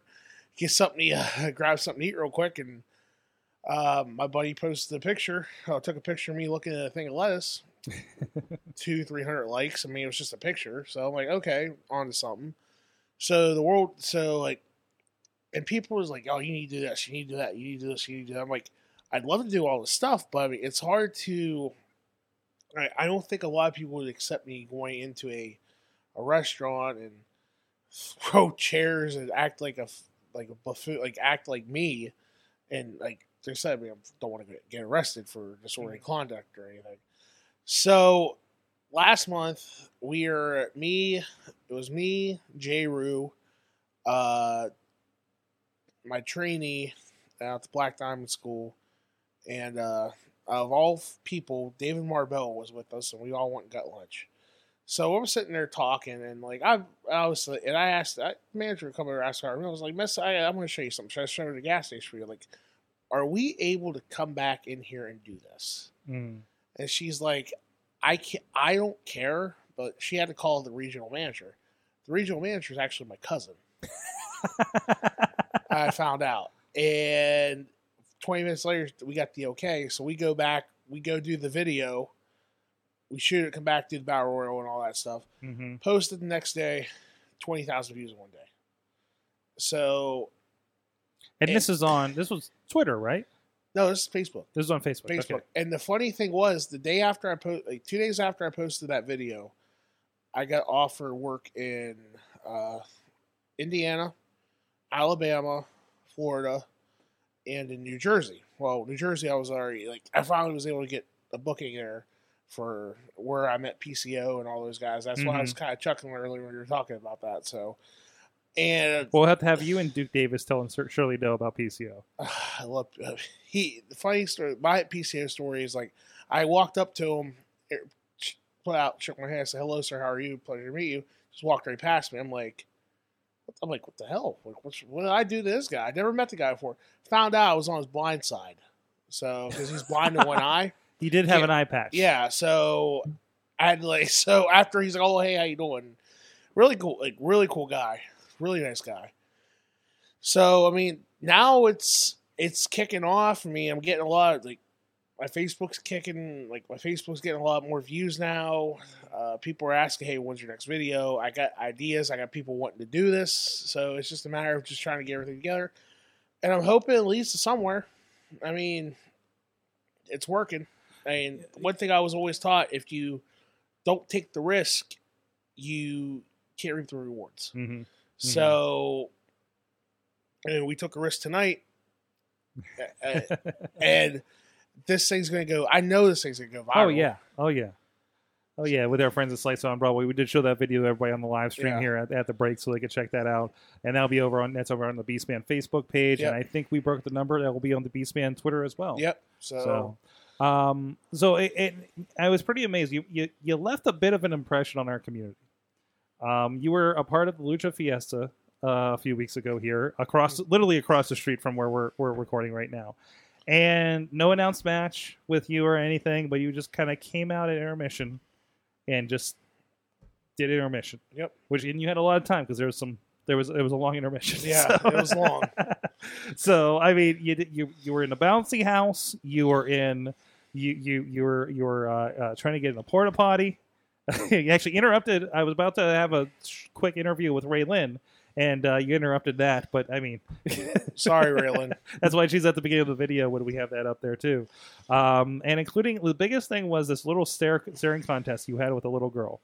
[SPEAKER 6] get something, to, uh, grab something to eat real quick, and Um, my buddy posted a picture. Oh, took a picture of me looking at a thing of lettuce. Two, three hundred likes. I mean, it was just a picture. So I'm like, okay, on to something. So the world, so like, and people was like, oh, you need to do this, you need to do that, you need to do this, you need to do that. I'm like, I'd love to do all this stuff, but I mean, it's hard to. I, I don't think a lot of people would accept me going into a, a restaurant and throw chairs and act like a f- like a buffoon, like act like me, and like they said, I mean, I don't want to get arrested for disorderly conduct or anything. So last month we are me. It was me, J. Rue, uh, my trainee at the Black Diamond School, and uh, of all f- people, David Marbell was with us, and we all went and got lunch. So I'm sitting there talking, and like I, I was, and I asked that manager to come over and ask her. and I was like, "Miss, I, I'm going to show you something. Should I show her the gas station for you? Like, are we able to come back in here and do this?"
[SPEAKER 2] Mm.
[SPEAKER 6] And she's like, I can't, I don't care, but she had to call the regional manager. The regional manager is actually my cousin. I found out. And 20 minutes later, we got the okay. So we go back, we go do the video, we shoot it, come back, do the battle royal and all that stuff.
[SPEAKER 2] hmm
[SPEAKER 6] Posted the next day, 20,000 views in one day. So,
[SPEAKER 2] And this is on this was Twitter, right?
[SPEAKER 6] no, this is Facebook.
[SPEAKER 2] This is on Facebook.
[SPEAKER 6] Facebook.
[SPEAKER 2] Okay.
[SPEAKER 6] And the funny thing was, the day after I post, like two days after I posted that video, I got offered work in uh, Indiana, Alabama, Florida, and in New Jersey. Well, New Jersey, I was already like, I finally was able to get a booking there for where I met PCO and all those guys. That's why I
[SPEAKER 2] Mm-hmm.
[SPEAKER 6] was kind of chuckling earlier when you were talking about that. So, and
[SPEAKER 2] We'll have to have you and Duke Davis telling Sir Shirley Doe about PCO.
[SPEAKER 6] I love he. The funny story, my PCO story is like I walked up to him, er, ch- put out, shook my hand, said hello, sir, how are you? Pleasure to meet you. Just walked right past me. I'm like, I'm like, what the hell? Like, what's, what did I do to this guy? I never met the guy before. Found out I was on his blind side, so because he's blind in one eye.
[SPEAKER 2] He did have
[SPEAKER 6] Yeah.
[SPEAKER 2] an eye patch.
[SPEAKER 6] Yeah, so I had like so after he's like, "Oh, hey, how you doing?" Really cool, like really cool guy, really nice guy. So I mean, now it's it's kicking off. I mean, I'm getting a lot of, like my Facebook's kicking, like my Facebook's getting a lot more views now. Uh, people are asking, "Hey, when's your next video?" I got ideas. I got people wanting to do this. So it's just a matter of just trying to get everything together, and I'm hoping it leads to somewhere. I mean, it's working. And one thing I was always taught: if you don't take the risk, you can't reap the rewards.
[SPEAKER 2] hmm
[SPEAKER 6] So, and we took a risk tonight, uh,
[SPEAKER 2] Oh,
[SPEAKER 6] and this thing's going to go. I know this thing's going to go viral.
[SPEAKER 2] Oh yeah. Oh yeah. Oh yeah. With our friends at Slice on Broadway, we did show that video to everybody on the live stream
[SPEAKER 6] Yeah.
[SPEAKER 2] here at, at the break, so they could check that out. And that'll be over on that's over on the Beast Man Facebook page.
[SPEAKER 6] Yep.
[SPEAKER 2] And I think we broke the number that will be on the Beast Man Twitter as well.
[SPEAKER 6] Yep. So,
[SPEAKER 2] So, um, so it, it, I was pretty amazed. You, you you left a bit of an impression on our community. Um, you were a part of the Lucha Fiesta uh, a few weeks ago here, across literally across the street from where we're we're recording right now, and no announced match with you or anything, but you just kind of came out at intermission and just did intermission.
[SPEAKER 6] Yep.
[SPEAKER 2] Which and you had a lot of time because there was some there was it was a long intermission.
[SPEAKER 6] Yeah,
[SPEAKER 2] so-
[SPEAKER 6] it was long.
[SPEAKER 2] so I mean, you did- you you were in a bouncy house. You were in you you you were you were uh, uh, trying to get in a porta potty. you actually interrupted. I was about to have a sh- quick interview with Ray Lynn, and uh, you interrupted that. But I mean,
[SPEAKER 6] sorry, Raylan.
[SPEAKER 2] that's why she's at the beginning of the video when we have that up there too. Um, and including the biggest thing was this little stare, staring contest you had with a little girl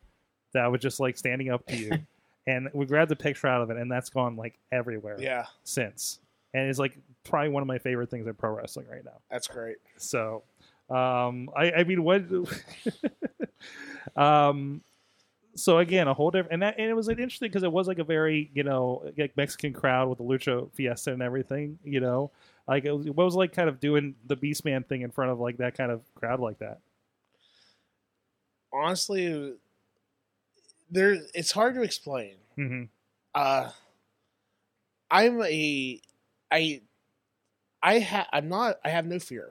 [SPEAKER 2] that was just like standing up to you. And we grabbed a picture out of it, and that's gone like everywhere
[SPEAKER 6] yeah,
[SPEAKER 2] since, and it's like probably one of my favorite things in pro wrestling right now.
[SPEAKER 6] that's great.
[SPEAKER 2] So, um, I, I mean, what? um, so again, a whole different, and that, and it was like, interesting because it was like a very you know like Mexican crowd with the lucha fiesta and everything. You know, like it was, what was it like kind of doing the Beastman thing in front of like that kind of crowd like that.
[SPEAKER 6] Honestly, there it's hard to explain.
[SPEAKER 2] Mm-hmm.
[SPEAKER 6] uh i'm a i i ha i'm not i have no fear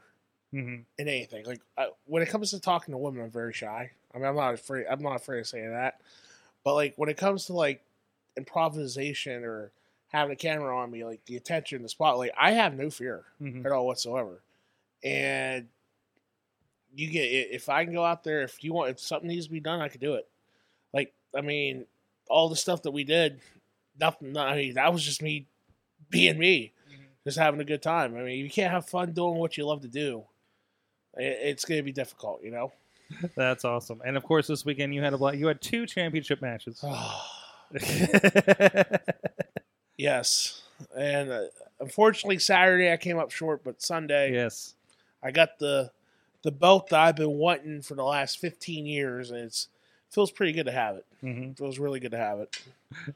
[SPEAKER 2] Mm-hmm.
[SPEAKER 6] in anything like I, when it comes to talking to women i'm very shy i mean i'm not afraid i'm not afraid of saying that but like when it comes to like improvisation or having a camera on me like the attention the spotlight i have no fear
[SPEAKER 2] Mm-hmm.
[SPEAKER 6] at all whatsoever and you get i- if I can go out there if you want if something needs to be done I could do it. Like I mean, all the stuff that we did, nothing. I mean, that was just me being me, just having a good time. I mean, you can't have fun doing what you love to do. i- It's going to be difficult, you know.
[SPEAKER 2] That's awesome. And of course, this weekend you had a bla You had two championship matches.
[SPEAKER 6] yes, and uh, unfortunately Saturday I came up short, but Sunday
[SPEAKER 2] yes.
[SPEAKER 6] I got the the belt that I've been wanting for the last 15 years, and it's feels pretty good to have it.
[SPEAKER 2] hmm
[SPEAKER 6] Feels really good to have it.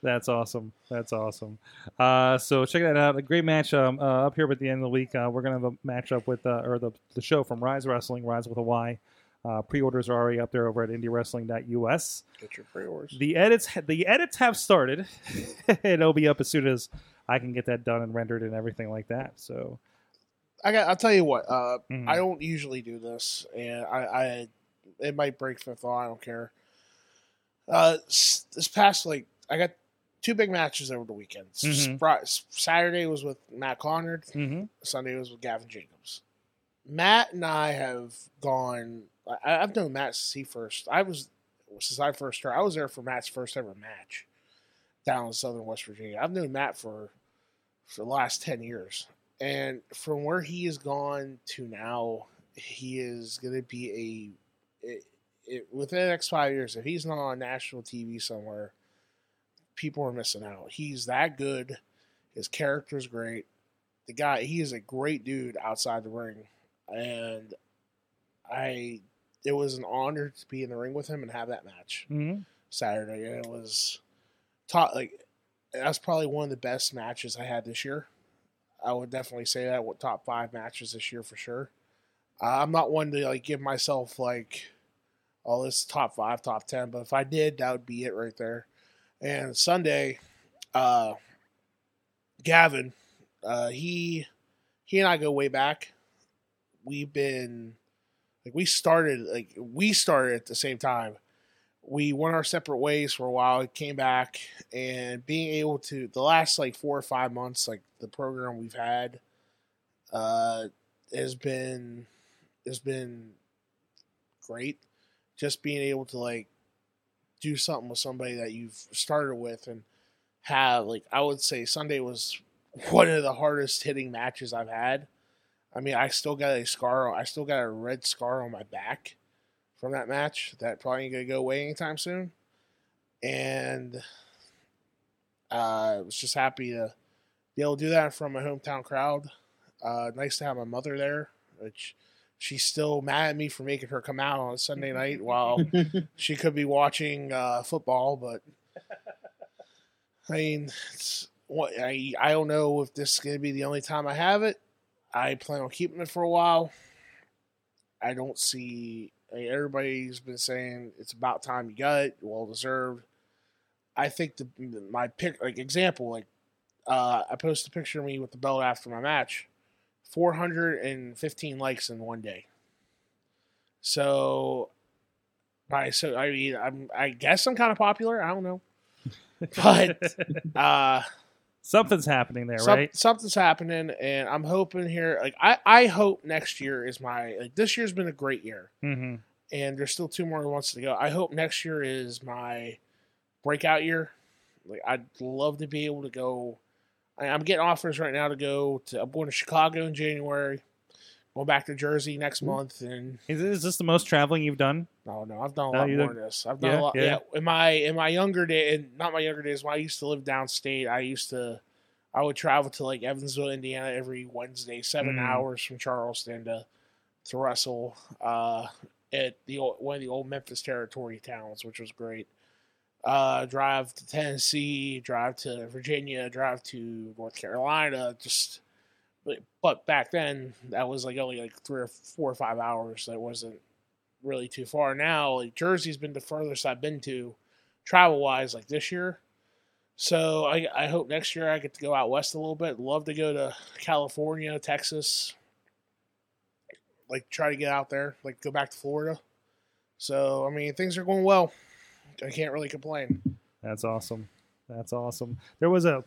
[SPEAKER 2] That's awesome. That's awesome. Uh, so check that out. A great match um, uh, up here at the end of the week. Uh, we're gonna have a match up with uh, or the the show from Rise Wrestling, Rise with a Y. Uh, pre-orders are already up there over at indiewrestling.us.
[SPEAKER 6] Get your pre-orders.
[SPEAKER 2] The edits the edits have started. It'll be up as soon as I can get that done and rendered and everything like that. So
[SPEAKER 6] I got. I'll tell you what. Uh,
[SPEAKER 2] mhm.
[SPEAKER 6] I don't usually do this, and I, I it might break fifth law. I don't care. Uh, s- this past like I got two big matches over the weekend. S-
[SPEAKER 2] Mhm.
[SPEAKER 6] Fri- s- Saturday was with Matt Connard.
[SPEAKER 2] Mhm.
[SPEAKER 6] Sunday was with Gavin Jacobs. Matt and I have gone. I, I've known Matt since he first. I was since I first started. I was there for Matt's first ever match down in Southern West Virginia. I've known Matt for for the last ten years, and from where he has gone to now, he is going to be a it, it, within the next five years. If he's not on national TV somewhere, people are missing out. He's that good. His character's great the guy he is a great dude outside the ring and i it was an honor to be in the ring with him and have that match
[SPEAKER 2] Mhm.
[SPEAKER 6] saturday and it was taught like that's probably one of the best matches i had this year i would definitely say that what top five matches this year for sure uh, i'm not one to like give myself like all this top five top ten but if i did that would be it right there and sunday uh gavin uh, he he and I go way back. We've been like we started like we started at the same time. We went our separate ways for a while. Came back and being able to the last like four or five months, like the program we've had, uh, has been has been great. Just being able to like do something with somebody that you've started with and have like I would say Sunday was one of the hardest hitting matches I've had. I mean, I still got a scar. I still got a red scar on my back from that match. That probably ain't gonna go away anytime soon. And uh, I was just happy to be able to do that from my hometown crowd. Uh, nice to have my mother there, which she's still mad at me for making her come out on a Sunday night
[SPEAKER 2] Oh.
[SPEAKER 6] while she could be watching uh, football, but I mean, it's, what I I don't know if this is gonna be the only time I have it. I plan on keeping it for a while. I don't see I mean, everybody's been saying it's about time you got it, well deserved. I think the my pick like example like uh, I posted a picture of me with the belt after my match, 415 likes in one day. So, I so I mean I'm I guess I'm kind of popular. I don't know, but uh,
[SPEAKER 2] something's happening there,
[SPEAKER 6] some-
[SPEAKER 2] right?
[SPEAKER 6] Something's happening, and I'm hoping here. Like I, I hope next year is my like this year's been a great year,
[SPEAKER 2] hmm
[SPEAKER 6] and there's still two more months to go. I hope next year is my breakout year. Like I'd love to be able to go. I, I'm getting offers right now to go to. I'm going to Chicago in January. Going back to Jersey next
[SPEAKER 2] Mm-hmm.
[SPEAKER 6] month, and
[SPEAKER 2] Is, is this the most traveling you've done?
[SPEAKER 6] no, no, I've done a
[SPEAKER 2] No,
[SPEAKER 6] lot
[SPEAKER 2] you
[SPEAKER 6] more of
[SPEAKER 2] don't-
[SPEAKER 6] this. I've done
[SPEAKER 2] Yeah,
[SPEAKER 6] a lot.
[SPEAKER 2] yeah.
[SPEAKER 6] Yeah. in my in my younger day, and not my younger days, when I used to live downstate, I used to, I would travel to like Evansville, Indiana, every Wednesday, seven
[SPEAKER 2] Mm.
[SPEAKER 6] hours from Charleston to, to wrestle uh, at the old, one of the old Memphis territory towns, which was great. Uh, drive to Tennessee, drive to Virginia, drive to North Carolina, just. But, but back then, that was like only like three or four or five hours. That wasn't really too far now. Like Jersey's been the furthest I've been to travel wise, like this year. So I, I hope next year I get to go out west a little bit. Love to go to California, Texas. Like try to get out there, like go back to Florida. So I mean things are going well. I can't really complain.
[SPEAKER 2] That's awesome. That's awesome. There was a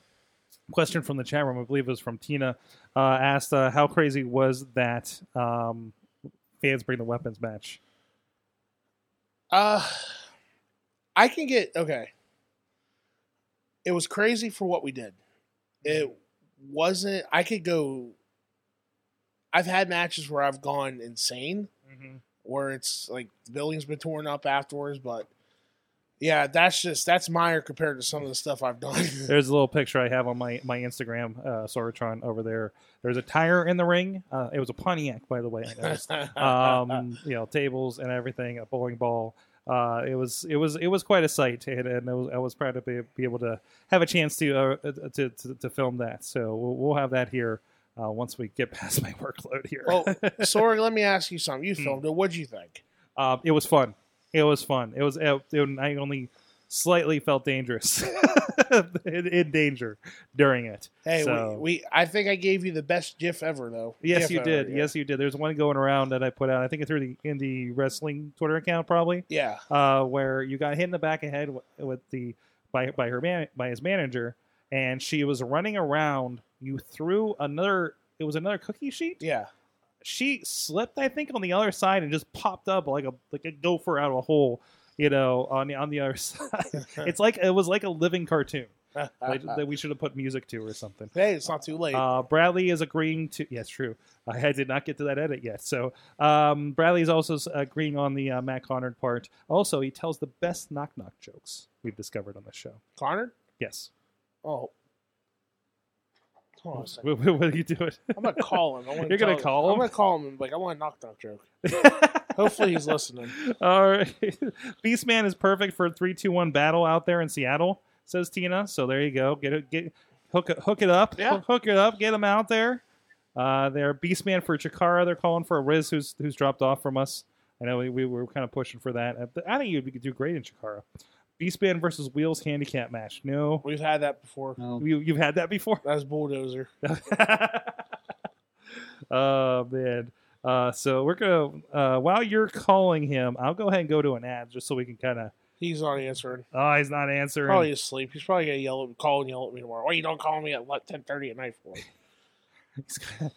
[SPEAKER 2] question from the chat room, I believe it was from Tina, uh, asked uh, how crazy was that um, fans bring the weapons match?
[SPEAKER 6] Uh, I can get okay. It was crazy for what we did. It wasn't. I could go. I've had matches where I've gone insane, where it's like the building's been torn up afterwards. But yeah, that's just that's minor compared to some of the stuff I've done.
[SPEAKER 2] There's a little picture I have on my my Instagram, uh, Sorgatron over there. There's a tire in the ring. Uh, it was a Pontiac, by the way. I noticed. um, you know, tables and everything, a bowling ball. Uh, it was it was it was quite a sight, and, and I, was, I was proud to be, be able to have a chance to uh, to, to to film that. So we'll, we'll have that here uh, once we get past my workload here.
[SPEAKER 6] well, Sorg, let me ask you something. You
[SPEAKER 2] Hmm.
[SPEAKER 6] filmed it. What'd you think?
[SPEAKER 2] Uh, it was fun. It was fun. It was. It, it- I only slightly felt dangerous in, in danger during it.
[SPEAKER 6] Hey,
[SPEAKER 2] So-
[SPEAKER 6] we, we I think I gave you the best GIF ever though.
[SPEAKER 2] Yes,
[SPEAKER 6] GIF
[SPEAKER 2] you
[SPEAKER 6] ever,
[SPEAKER 2] did.
[SPEAKER 6] uh, yeah.
[SPEAKER 2] Yes, you did. There's one going around that I put out. I think it's through the indie wrestling Twitter account, probably,
[SPEAKER 6] Yeah.
[SPEAKER 2] uh, where you got hit in the back of the head w- with the by by her man by his manager, and she was running around. You threw another. It was another cookie sheet.
[SPEAKER 6] Yeah.
[SPEAKER 2] She slipped, I think, on the other side and just popped up like a like a gopher out of a hole. You know, on the on the other side. it's like it was like a living cartoon
[SPEAKER 6] Ah,
[SPEAKER 2] like, that we should have put music to or something.
[SPEAKER 6] hey, it's not too late.
[SPEAKER 2] Uh, Bradley is agreeing to. Yes, true. I did not get to that edit yet. So um, Bradley is also s- agreeing on the uh, Matt Connard part. Also, he tells the best knock knock jokes we've discovered on the show.
[SPEAKER 6] Connor?
[SPEAKER 2] Yes.
[SPEAKER 6] Oh. Hold on a second.
[SPEAKER 2] What, what, what are you doing?
[SPEAKER 6] I'm gonna call him. I wanna
[SPEAKER 2] You're gonna
[SPEAKER 6] tell
[SPEAKER 2] call him?
[SPEAKER 6] I'm gonna call him and be like I want a knock knock joke. Hopefully he's listening.
[SPEAKER 2] All right. Beastman is perfect for a 3 2 1 battle out there in Seattle, says Tina. So there you go. Get it, get hook it, hook it up.
[SPEAKER 6] Yeah.
[SPEAKER 2] Hook, hook it up. Get him out there. Uh, they're Beastman for Chikara. They're calling for a Riz who's who's dropped off from us. I know we, we were kind of pushing for that. I- I think you would do great in Chikara. Beastman versus Wheels handicap match. No,
[SPEAKER 6] We've had that before.
[SPEAKER 3] No.
[SPEAKER 2] you, you've had that before.
[SPEAKER 6] That was bulldozer.
[SPEAKER 2] oh man. Uh, so we're gonna uh, while you're calling him, I'll go ahead and go to an ad just so we can kind of.
[SPEAKER 6] He's not answering.
[SPEAKER 2] Oh, he's not answering.
[SPEAKER 6] Probably asleep. He's probably gonna yell at call and yell at me tomorrow. Why you don't call me at like ten thirty at night for?
[SPEAKER 2] He's gotta-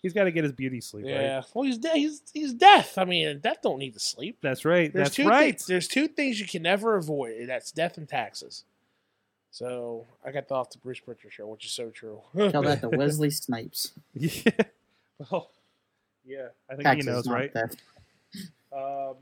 [SPEAKER 2] He's got to get his beauty sleep.
[SPEAKER 6] Yeah.
[SPEAKER 2] Right?
[SPEAKER 6] Well, he's de- he's he's deaf. I mean, deaf don't need to sleep.
[SPEAKER 2] That's right.
[SPEAKER 6] There's
[SPEAKER 2] That's
[SPEAKER 6] two
[SPEAKER 2] right.
[SPEAKER 6] Things, there's two things you can never avoid. and That's death and taxes. So I got that off the Bruce Pritchard show, which is so true.
[SPEAKER 3] Tell that to Wesley Snipes.
[SPEAKER 2] Yeah. Well, yeah. I think
[SPEAKER 3] Taxes,
[SPEAKER 2] he knows,
[SPEAKER 3] not
[SPEAKER 2] right?
[SPEAKER 3] theft.
[SPEAKER 2] Um,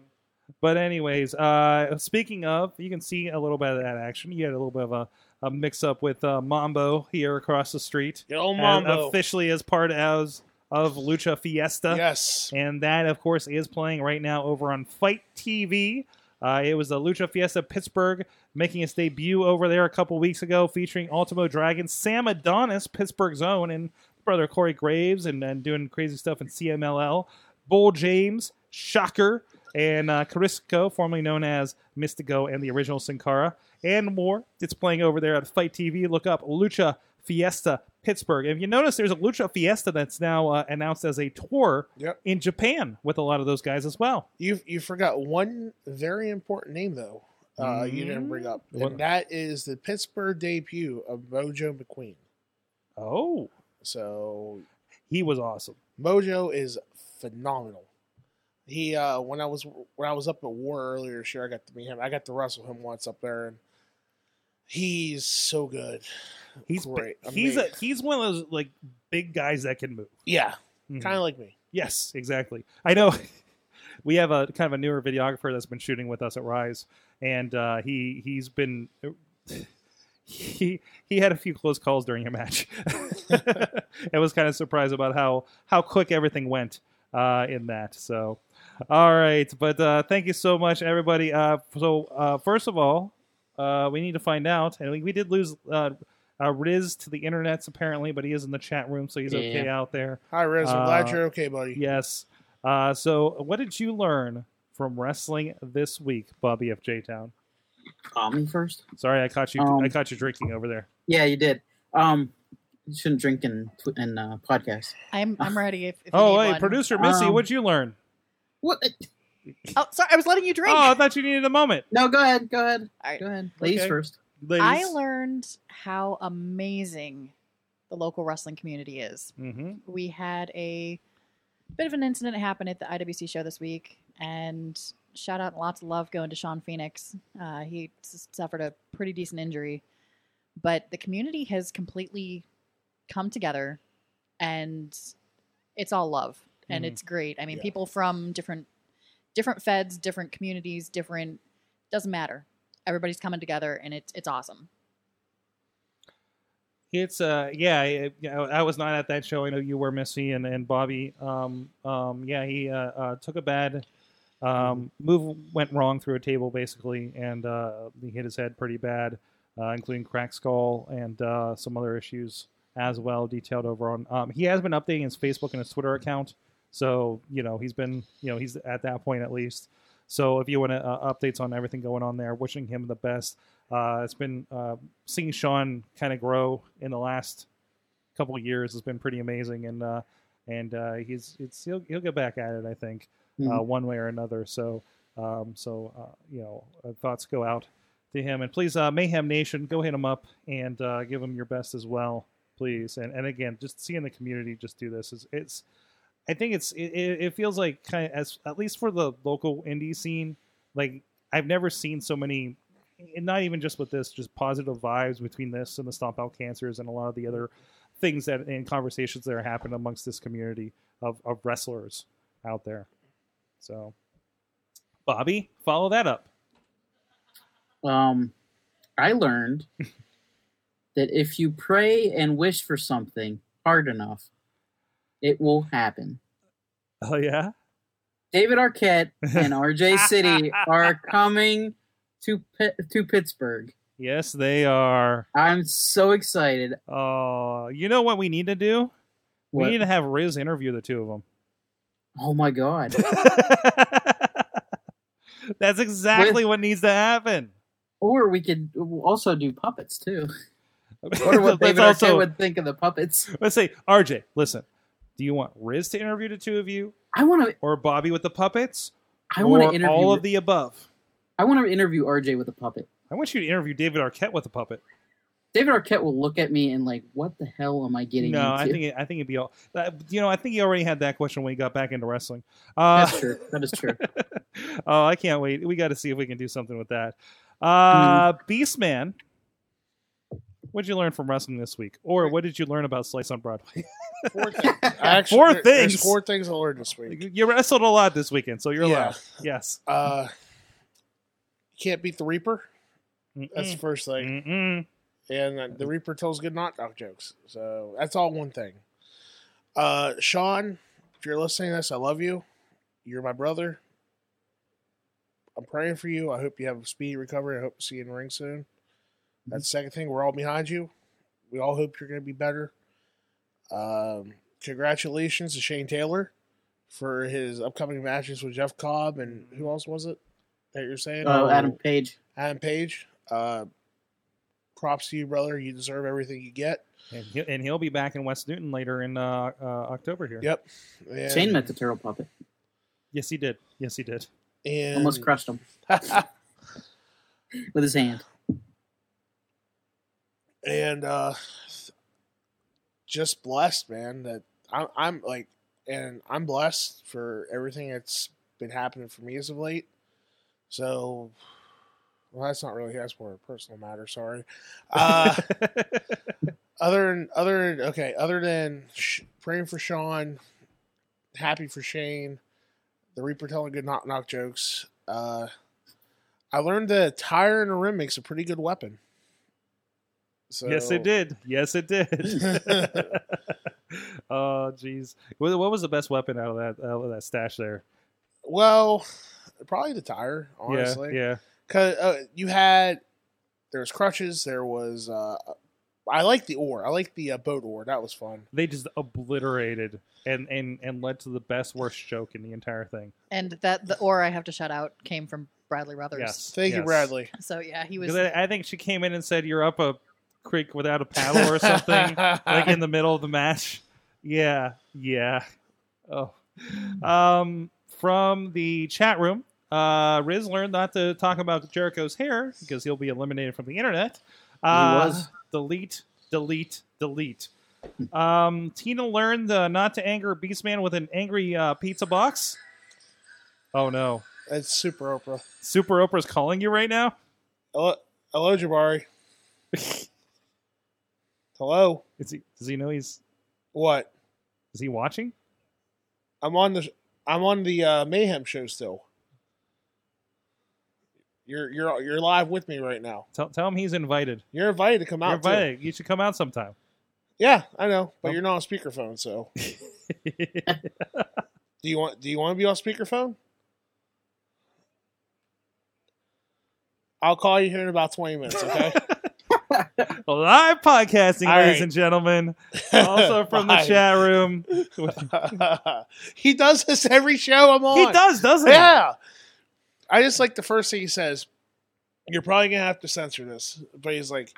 [SPEAKER 2] but anyways, uh, speaking of, you can see a little bit of that action. You had a little bit of a, a mix up with uh, Mambo here across the street,
[SPEAKER 6] Good old
[SPEAKER 2] as-
[SPEAKER 6] Mambo.
[SPEAKER 2] officially as part as of Lucha Fiesta.
[SPEAKER 6] Yes.
[SPEAKER 2] And that, of course, is playing right now over on Fight TV. Uh, it was the Lucha Fiesta Pittsburgh making its debut over there a couple weeks ago, featuring Ultimo Dragon, Sam Adonis, Pittsburgh's own, and brother Corey Graves, and, and doing crazy stuff in CMLL. Bull James, Shocker, and uh, Carisco, formerly known as Mystico and the original Sin Cara, and more. It's playing over there at Fight TV. Look up Lucha Fiesta Pittsburgh. If you notice, there's a Lucha Fiesta that's now uh, announced as a tour
[SPEAKER 6] Yep.
[SPEAKER 2] in Japan with a lot of those guys as well.
[SPEAKER 6] You you forgot one very important name though. Uh, You didn't bring up, and
[SPEAKER 2] What?
[SPEAKER 6] that is the Pittsburgh debut of Mojo McQueen.
[SPEAKER 2] Oh,
[SPEAKER 6] So
[SPEAKER 2] he was awesome.
[SPEAKER 6] Mojo is phenomenal. He uh, when I was when I was up at War earlier this year, I got to meet him. I got to wrestle him once up there, and he's so good.
[SPEAKER 2] He's
[SPEAKER 6] Great.
[SPEAKER 2] he's a,
[SPEAKER 6] Amazing.
[SPEAKER 2] he's one of those like big guys that can move.
[SPEAKER 6] Yeah,
[SPEAKER 2] Mhm.
[SPEAKER 6] kind of like me.
[SPEAKER 2] Yes, exactly. I know we have a kind of a newer videographer that's been shooting with us at Rise, and uh, he he's been he he had a few close calls during a match. I was kind of surprised about how how quick everything went uh, in that. So, all right, but uh, thank you so much, everybody. Uh, so uh, first of all, uh, we need to find out, and we, we did lose. Uh, uh, Riz to the internets apparently, but he is in the chat room, so he's
[SPEAKER 3] Yeah.
[SPEAKER 2] okay out there.
[SPEAKER 6] Hi, Riz. I'm
[SPEAKER 2] Uh,
[SPEAKER 6] glad you're okay, buddy.
[SPEAKER 2] Yes. Uh, so, what did you learn from wrestling this week, Bobby of J Town?
[SPEAKER 3] Call me first.
[SPEAKER 2] Sorry, I caught you.
[SPEAKER 3] Um,
[SPEAKER 2] I caught you drinking over there.
[SPEAKER 3] Yeah, you did. Um, you shouldn't drink in in uh, podcasts.
[SPEAKER 7] I'm I'm ready. If, if you
[SPEAKER 2] Oh,
[SPEAKER 7] need
[SPEAKER 2] hey,
[SPEAKER 7] one.
[SPEAKER 2] producer Missy,
[SPEAKER 3] Um,
[SPEAKER 2] what'd you learn?
[SPEAKER 3] What?
[SPEAKER 7] Oh, sorry, I was letting you drink.
[SPEAKER 2] Oh, I thought you needed a moment.
[SPEAKER 3] No, go ahead. Go ahead.
[SPEAKER 7] All right.
[SPEAKER 3] Go ahead. Ladies
[SPEAKER 2] Okay.
[SPEAKER 3] first.
[SPEAKER 2] ladies.
[SPEAKER 7] I learned how amazing the local wrestling community is.
[SPEAKER 2] hmm
[SPEAKER 7] we had a bit of an incident happen at the IWC show this week, and shout out and lots of love going to Sean Phoenix. Uh, he s- suffered a pretty decent injury, but the community has completely come together, and it's all love, and
[SPEAKER 2] Mhm.
[SPEAKER 7] it's great. I mean,
[SPEAKER 6] Yeah.
[SPEAKER 7] people from different different feds, different communities, different doesn't matter. Everybody's coming together, and it's it's awesome.
[SPEAKER 2] It's uh yeah, I, you know, I was not at that show. I know you were Missy and, and Bobby. Um um yeah, he uh, uh took a bad um move went wrong through a table basically and uh he hit his head pretty bad, uh including cracked skull and uh some other issues as well detailed over on um he has been updating his Facebook and his Twitter account. So, you know, he's been, you know, he's at that point at least. So, if you want to uh, updates on everything going on there, wishing him the best. Uh, it's been uh, seeing Sean kind of grow in the last couple of years has been pretty amazing, and uh, and uh, he's it's he'll, he'll get back at it, I think, uh,
[SPEAKER 3] Mhm.
[SPEAKER 2] one way or another. So um, so uh, you know uh, thoughts go out to him, and please uh, Mayhem Nation, go hit him up and uh, give him your best as well, please. And and again, just seeing the community just do this is it's. I think it's it, it it feels like kind of as at least for the local indie scene, like I've never seen so many and not even just with this, just positive vibes between this and the stomp out cancers and a lot of the other things that and conversations that are happening amongst this community of, of wrestlers out there. So, Bobby, follow that up.
[SPEAKER 3] Um, I learned that if you pray and wish for something hard enough, it will happen.
[SPEAKER 2] Oh yeah,
[SPEAKER 3] David Arquette and RJ City are coming to Pi- to Pittsburgh.
[SPEAKER 2] yes they are.
[SPEAKER 3] I'm so excited.
[SPEAKER 2] Oh, you know what we need to do?
[SPEAKER 3] What?
[SPEAKER 2] We need to have Riz interview the two of them.
[SPEAKER 3] oh my god!
[SPEAKER 2] That's exactly what needs to happen.
[SPEAKER 3] or we could also do puppets too. Or
[SPEAKER 2] Let's
[SPEAKER 3] what David Arquette would think of the puppets.
[SPEAKER 2] Let's say, RJ, listen, do you want Riz to interview the two of you
[SPEAKER 3] I want to.
[SPEAKER 2] or Bobby with the puppets?
[SPEAKER 3] I want
[SPEAKER 2] or
[SPEAKER 3] to interview.
[SPEAKER 2] all of the above.
[SPEAKER 3] I want to interview RJ with a puppet.
[SPEAKER 2] I want you to interview David Arquette with a puppet.
[SPEAKER 3] David Arquette will look at me and like, what the hell am I getting
[SPEAKER 2] no,
[SPEAKER 3] into?
[SPEAKER 2] I think it, I think it'd be all. That, you know, I think he already had that question when he got back into wrestling. Uh,
[SPEAKER 3] That's true. That is true.
[SPEAKER 2] oh, I can't wait. We got to see if we can do something with that. Uh,
[SPEAKER 3] Mm-hmm.
[SPEAKER 2] Beastman, what did you learn from wrestling this week, or what did you learn about Slice on Broadway?
[SPEAKER 6] Four things. Actually,
[SPEAKER 2] Four
[SPEAKER 6] there- there's
[SPEAKER 2] things?
[SPEAKER 6] Four things I learned this week.
[SPEAKER 2] you wrestled a lot this weekend, so you're
[SPEAKER 6] Yeah.
[SPEAKER 2] allowed. Yes.
[SPEAKER 6] Uh, you can't beat the Reaper. That's the
[SPEAKER 2] Mm-mm.
[SPEAKER 6] first thing.
[SPEAKER 2] Mm-mm.
[SPEAKER 6] and uh, the Reaper tells good knockdown jokes. So that's all one thing. Uh, Sean, if you're listening to this, I love you. You're my brother. I'm praying for you. I hope you have a speedy recovery. I hope to see you in the ring soon. That's the second thing. We're all behind you. We all hope you're going to be better. Um, congratulations to Shane Taylor for his upcoming matches with Jeff Cobb and who else was it that you're saying?
[SPEAKER 3] Oh, Adam Page.
[SPEAKER 6] Adam Page, uh, props to you, brother. You deserve everything you get.
[SPEAKER 2] And, he, and he'll be back in West Newton later in uh, uh, October here.
[SPEAKER 6] Yep. And,
[SPEAKER 3] Shane met the turtle puppet.
[SPEAKER 2] Yes, he did. Yes, he did.
[SPEAKER 6] and
[SPEAKER 3] Almost crushed him with his hand.
[SPEAKER 6] and uh, just blessed, man. That I'm, I'm like, and I'm blessed for everything that's been happening for me as of late. So, well, that's not really that's more of a personal matter. Sorry. Uh, other than other okay other than sh- praying for sean happy for shane the reaper telling good knock knock jokes uh i learned that a tire in a rim makes a pretty good weapon so
[SPEAKER 2] Yes, it did. Yes, it did. oh, jeez. What what was the best weapon out of that out of that stash there?
[SPEAKER 6] well probably the tire honestly
[SPEAKER 2] Yeah, yeah.
[SPEAKER 6] Cause uh, you had there was crutches, there was uh, I like the oar, I like the uh, boat oar. That was fun.
[SPEAKER 2] They just obliterated and and and led to the best worst joke in the entire thing.
[SPEAKER 7] And that the or I have to shout out came from Bradley Ruthers.
[SPEAKER 2] Yes.
[SPEAKER 6] Thank you,
[SPEAKER 2] yes.
[SPEAKER 6] Bradley.
[SPEAKER 7] So yeah, he
[SPEAKER 2] 'Cause
[SPEAKER 7] was.
[SPEAKER 2] I, I think she came in and said, "You're up a creek without a paddle or something," like in the middle of the match. Yeah, yeah. Oh, um, from the chat room, Uh, Riz learned not to talk about Jericho's hair because he'll be eliminated from the internet. Uh,
[SPEAKER 3] was.
[SPEAKER 2] Delete, delete, delete. Um, Tina learned uh, not to anger Beastman with an angry uh, pizza box. Oh no.
[SPEAKER 6] That's Super Oprah.
[SPEAKER 2] Super Oprah's calling you right now?
[SPEAKER 6] Hello, hello Jabari. hello.
[SPEAKER 2] Is he, does he know he's.
[SPEAKER 6] What?
[SPEAKER 2] Is he watching?
[SPEAKER 6] I'm on the I'm on the uh, Mayhem show still. You're you're you're live with me right now.
[SPEAKER 2] Tell, tell him he's invited.
[SPEAKER 6] You're invited to come out.
[SPEAKER 2] You're
[SPEAKER 6] too.
[SPEAKER 2] invited. You should come out sometime.
[SPEAKER 6] Yeah, I know, but
[SPEAKER 2] Um,
[SPEAKER 6] you're not on speakerphone. So do you want do you want to be on speakerphone? I'll call you here in about twenty minutes. Okay.
[SPEAKER 2] Live podcasting,
[SPEAKER 6] All
[SPEAKER 2] ladies
[SPEAKER 6] right.
[SPEAKER 2] and gentlemen. Also from the
[SPEAKER 6] Bye.
[SPEAKER 2] chat room.
[SPEAKER 6] he does this every show I'm on.
[SPEAKER 2] He does, doesn't he?
[SPEAKER 6] Yeah. I just like the first thing he says. You're probably gonna have to censor this, but he's like,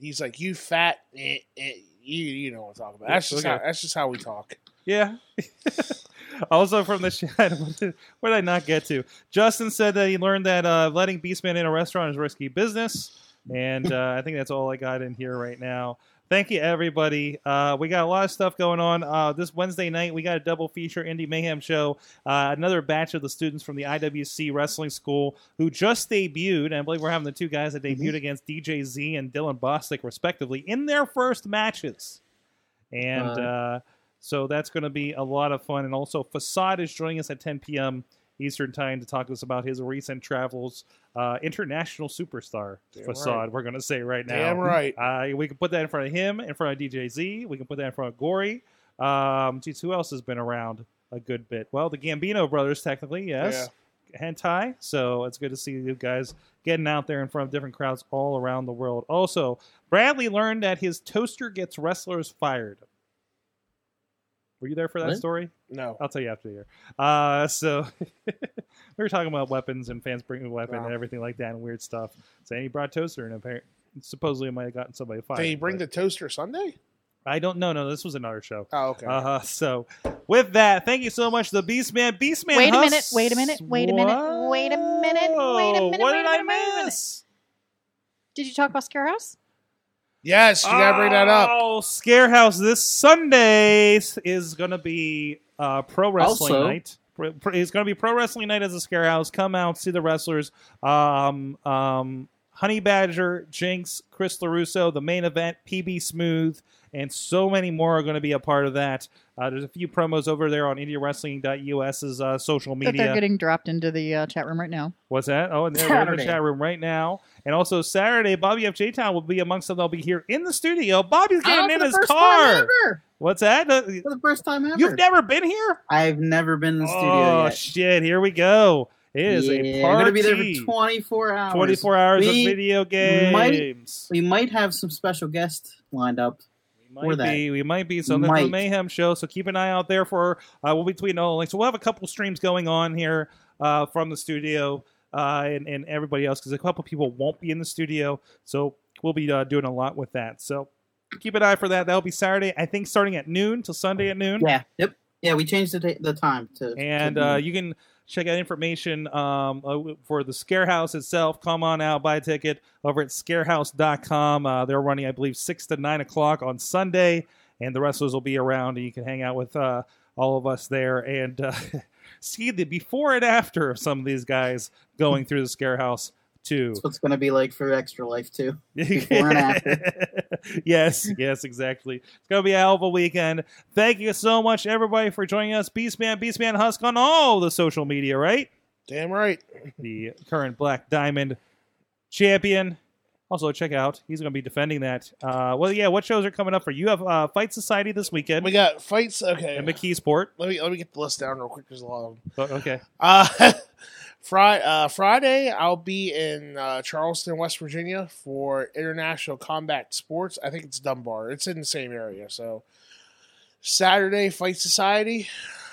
[SPEAKER 6] he's like, you fat, eh, eh, you you know what I'm talking about. That's just
[SPEAKER 2] Okay.
[SPEAKER 6] how, that's just how we talk.
[SPEAKER 2] Yeah. also from the chat. What did, what did I not get to? Justin said that he learned that uh, letting Beastman in a restaurant is risky business. And uh, I think that's all I got in here right now. Thank you, everybody. Uh, we got a lot of stuff going on. Uh, this Wednesday night, we got a double feature Indie Mayhem show. Uh, another batch of the students from the IWC Wrestling School who just debuted. And I believe we're having the two guys that debuted
[SPEAKER 6] Mm-hmm.
[SPEAKER 2] against DJ Z and Dylan Bostic, respectively, in their first matches. And
[SPEAKER 3] Uh,
[SPEAKER 2] uh, so that's going to be a lot of fun. And also, Facade is joining us at 10 p.m. Eastern Time to talk to us about his recent travels. Uh, international superstar
[SPEAKER 6] Damn
[SPEAKER 2] Facade,
[SPEAKER 6] right.
[SPEAKER 2] we're going to say right now.
[SPEAKER 6] Damn right.
[SPEAKER 2] Uh, we can put that in front of him, in front of DJ Z. We can put that in front of Gory. Um, geez, who else has been around a good bit? Well, the Gambino brothers, technically, yes. Hentai. So it's good to see you guys getting out there in front of different crowds all around the world. Also, Bradley learned that his toaster gets wrestlers fired. Were you there for that
[SPEAKER 3] What?
[SPEAKER 2] story?
[SPEAKER 6] No.
[SPEAKER 2] I'll tell you after the year. Uh, so we were talking about weapons and fans bringing a weapon
[SPEAKER 6] Wow.
[SPEAKER 2] and everything like that and weird stuff. So he brought toaster and apparently, supposedly, it might have gotten somebody fired.
[SPEAKER 6] Did he bring
[SPEAKER 2] but
[SPEAKER 6] the toaster Sunday?
[SPEAKER 2] I don't know. No, this was another show.
[SPEAKER 6] Oh, okay.
[SPEAKER 2] Uh, so with that, thank you so much, the Beastman. Beastman.
[SPEAKER 7] Wait a minute,
[SPEAKER 2] Huss.
[SPEAKER 7] wait a minute, wait a minute, wait a minute, wait a
[SPEAKER 2] Whoa,
[SPEAKER 7] minute,
[SPEAKER 2] What
[SPEAKER 7] wait
[SPEAKER 2] did
[SPEAKER 7] a minute, wait a
[SPEAKER 2] I
[SPEAKER 7] minute.
[SPEAKER 2] miss?
[SPEAKER 7] Did you talk about Scarehouse?
[SPEAKER 6] yes, you gotta bring that up.
[SPEAKER 2] Oh, Scarehouse this Sunday is going to be uh, pro wrestling
[SPEAKER 3] Also-
[SPEAKER 2] night. Pro- pro- It's going to be pro wrestling night as a Scarehouse. Come out, see the wrestlers. Um, um, Honey Badger, Jinx, Chris LaRusso, the main event, PB Smooth, and so many more are going to be a part of that. Uh, there's a few promos over there on IndiaWrestling.us's uh, social
[SPEAKER 7] That they're
[SPEAKER 2] media.
[SPEAKER 7] getting dropped into the uh, chat room right now.
[SPEAKER 2] What's that? Oh, and they're in the
[SPEAKER 3] Saturday.
[SPEAKER 2] chat room right now. And also Saturday, Bobby F. J. Town will be amongst them. They'll be here in the studio. Bobby's
[SPEAKER 3] Oh,
[SPEAKER 2] getting
[SPEAKER 3] for
[SPEAKER 2] in
[SPEAKER 3] the
[SPEAKER 2] his
[SPEAKER 3] first
[SPEAKER 2] car.
[SPEAKER 3] Time ever.
[SPEAKER 2] What's that? Uh,
[SPEAKER 3] For the first time ever.
[SPEAKER 2] You've never been here?
[SPEAKER 3] I've never been in the studio
[SPEAKER 2] oh
[SPEAKER 3] yet.
[SPEAKER 2] shit! Here we go. It is a
[SPEAKER 3] Yeah,
[SPEAKER 2] party.
[SPEAKER 3] I'm gonna be there for 24 hours.
[SPEAKER 2] 24 hours
[SPEAKER 3] We
[SPEAKER 2] of video
[SPEAKER 3] might-
[SPEAKER 2] games.
[SPEAKER 3] We might have some special guests lined up.
[SPEAKER 2] We might
[SPEAKER 3] or that.
[SPEAKER 2] be. We might be. So that's the
[SPEAKER 3] Might.
[SPEAKER 2] Mayhem show. So keep an eye out there for. Uh, we'll be tweeting all the links. We'll have a couple streams going on here uh, from the studio uh, and, and everybody else because a couple people won't be in the studio. So we'll be uh, doing a lot with that. So keep an eye for that. That'll be Saturday, I think, starting at noon till Sunday at noon.
[SPEAKER 3] Yeah. Yep. Yeah, we changed the, ta- the time to.
[SPEAKER 2] And
[SPEAKER 3] to-
[SPEAKER 2] uh, you can check out information um, uh, for the Scarehouse itself. Come on out, buy a ticket over at scarehouse.com. Uh, they're running, I believe, 6 to 9 o'clock on Sunday, and the wrestlers will be around, and you can hang out with uh, all of us there and uh, see the before and after of some of these guys going through the Scarehouse, too.
[SPEAKER 3] that's what it's going to be like for Extra Life too. Before and
[SPEAKER 2] yes, yes, exactly. It's gonna be a hell of a weekend. Thank you so much, everybody, for joining us. Beastman, Beastman Husk on all the social media, right?
[SPEAKER 6] Damn right.
[SPEAKER 2] The current Black Diamond champion. Also, check out he's gonna be defending that. Uh, well, yeah. What shows are coming up for you? You Have uh, Fight Society this weekend
[SPEAKER 6] We got fights. Okay.
[SPEAKER 2] and McKeesport.
[SPEAKER 6] Let me let me get the list down real quick. There's a lot of them.
[SPEAKER 2] Oh, okay,
[SPEAKER 6] Uh, Friday, uh, Friday, I'll be in uh, Charleston, West Virginia for International Combat Sports. I think it's Dunbar. It's in the same area. So Saturday, Fight Society.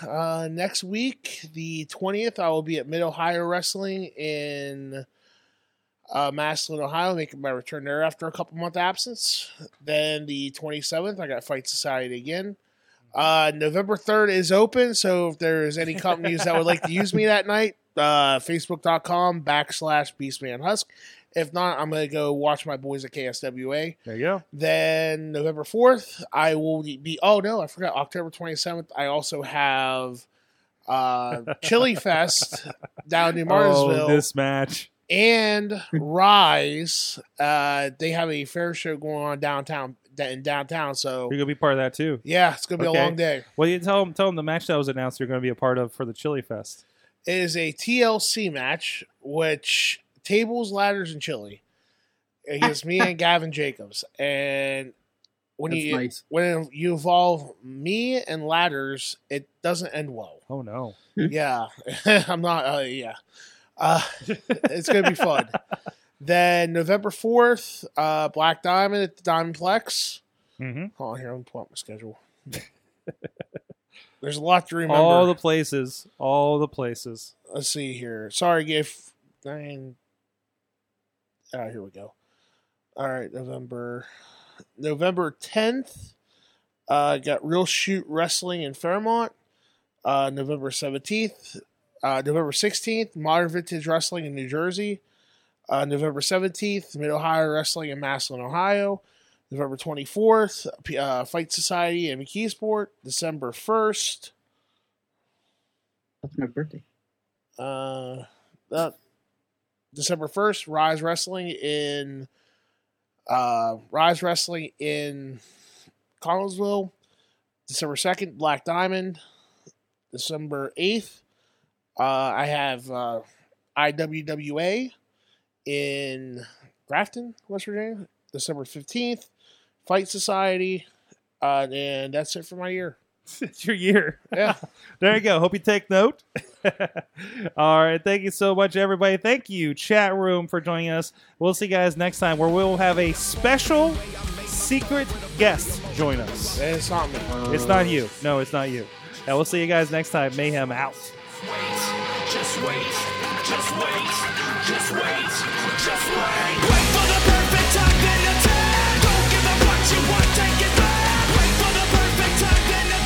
[SPEAKER 6] Uh, next week, the twentieth, I will be at Mid Ohio Wrestling in uh, Maslin, Ohio, making my return there after a couple month absence. Then the twenty seventh, I got Fight Society again. Uh, November 3rd is open, so if there is any companies that would like to use me that night, uh, facebook.com backslash beastman husk. If not, I'm gonna go watch my boys at KSWA.
[SPEAKER 2] There you go.
[SPEAKER 6] Then November 4th, I will be. Oh, no, I forgot. October 27th, I also have uh, Chili Fest down in
[SPEAKER 2] Oh,
[SPEAKER 6] Martinsville
[SPEAKER 2] this match.
[SPEAKER 6] and Rise. Uh, they have a fair show going on downtown. In downtown, so
[SPEAKER 2] You're gonna be part of that too.
[SPEAKER 6] yeah, it's gonna be
[SPEAKER 2] Okay.
[SPEAKER 6] a long day.
[SPEAKER 2] Well, you tell them tell them the match that was announced you're gonna be a part of for the Chili Fest.
[SPEAKER 6] It is a TLC match, which tables, ladders, and chili against me and Gavin Jacobs. And when
[SPEAKER 3] That's
[SPEAKER 6] you
[SPEAKER 3] nice.
[SPEAKER 6] when you involve me and ladders, it doesn't end well.
[SPEAKER 2] Oh no.
[SPEAKER 3] Hmm?
[SPEAKER 6] yeah, I'm not. Uh, yeah, uh, it's gonna be fun. then November fourth, uh, Black Diamond at the Diamond Plex.
[SPEAKER 2] hmm
[SPEAKER 6] Hold on here, I'm gonna pull up my schedule. There's a lot to remember.
[SPEAKER 2] All the places. All the places.
[SPEAKER 6] let's see here. Sorry, if I mean, ah, here we go. All right, November, November tenth. Uh, got real shoot wrestling in Fairmont. Uh, November seventeenth, uh, November sixteenth, modern vintage wrestling in New Jersey. Uh, November seventeenth, Mid Ohio wrestling in Maslin, Ohio. November twenty fourth, uh, Fight Society in McKeesport. December first.
[SPEAKER 3] That's my birthday.
[SPEAKER 6] uh, uh December first, Rise Wrestling in uh Rise Wrestling in Connellsville. December second, Black Diamond. December eighth, uh, I have uh, IWWA in Grafton, West Virginia. December fifteenth, Fight Society, uh, and that's it for my year.
[SPEAKER 2] it's your year.
[SPEAKER 6] Yeah.
[SPEAKER 2] There you go. Hope you take note. All right. Thank you so much, everybody. Thank you, chat room, for joining us. We'll see you guys next time where we'll have a special secret guest join us.
[SPEAKER 6] And it's not me.
[SPEAKER 2] It's not you. No, it's not you. And we'll see you guys next time. Mayhem out.
[SPEAKER 1] wait, just wait, just wait, just wait, just wait. Wait for the perfect time, then attack. Don't give up what you want, take it back. Wait for the perfect time, then attack.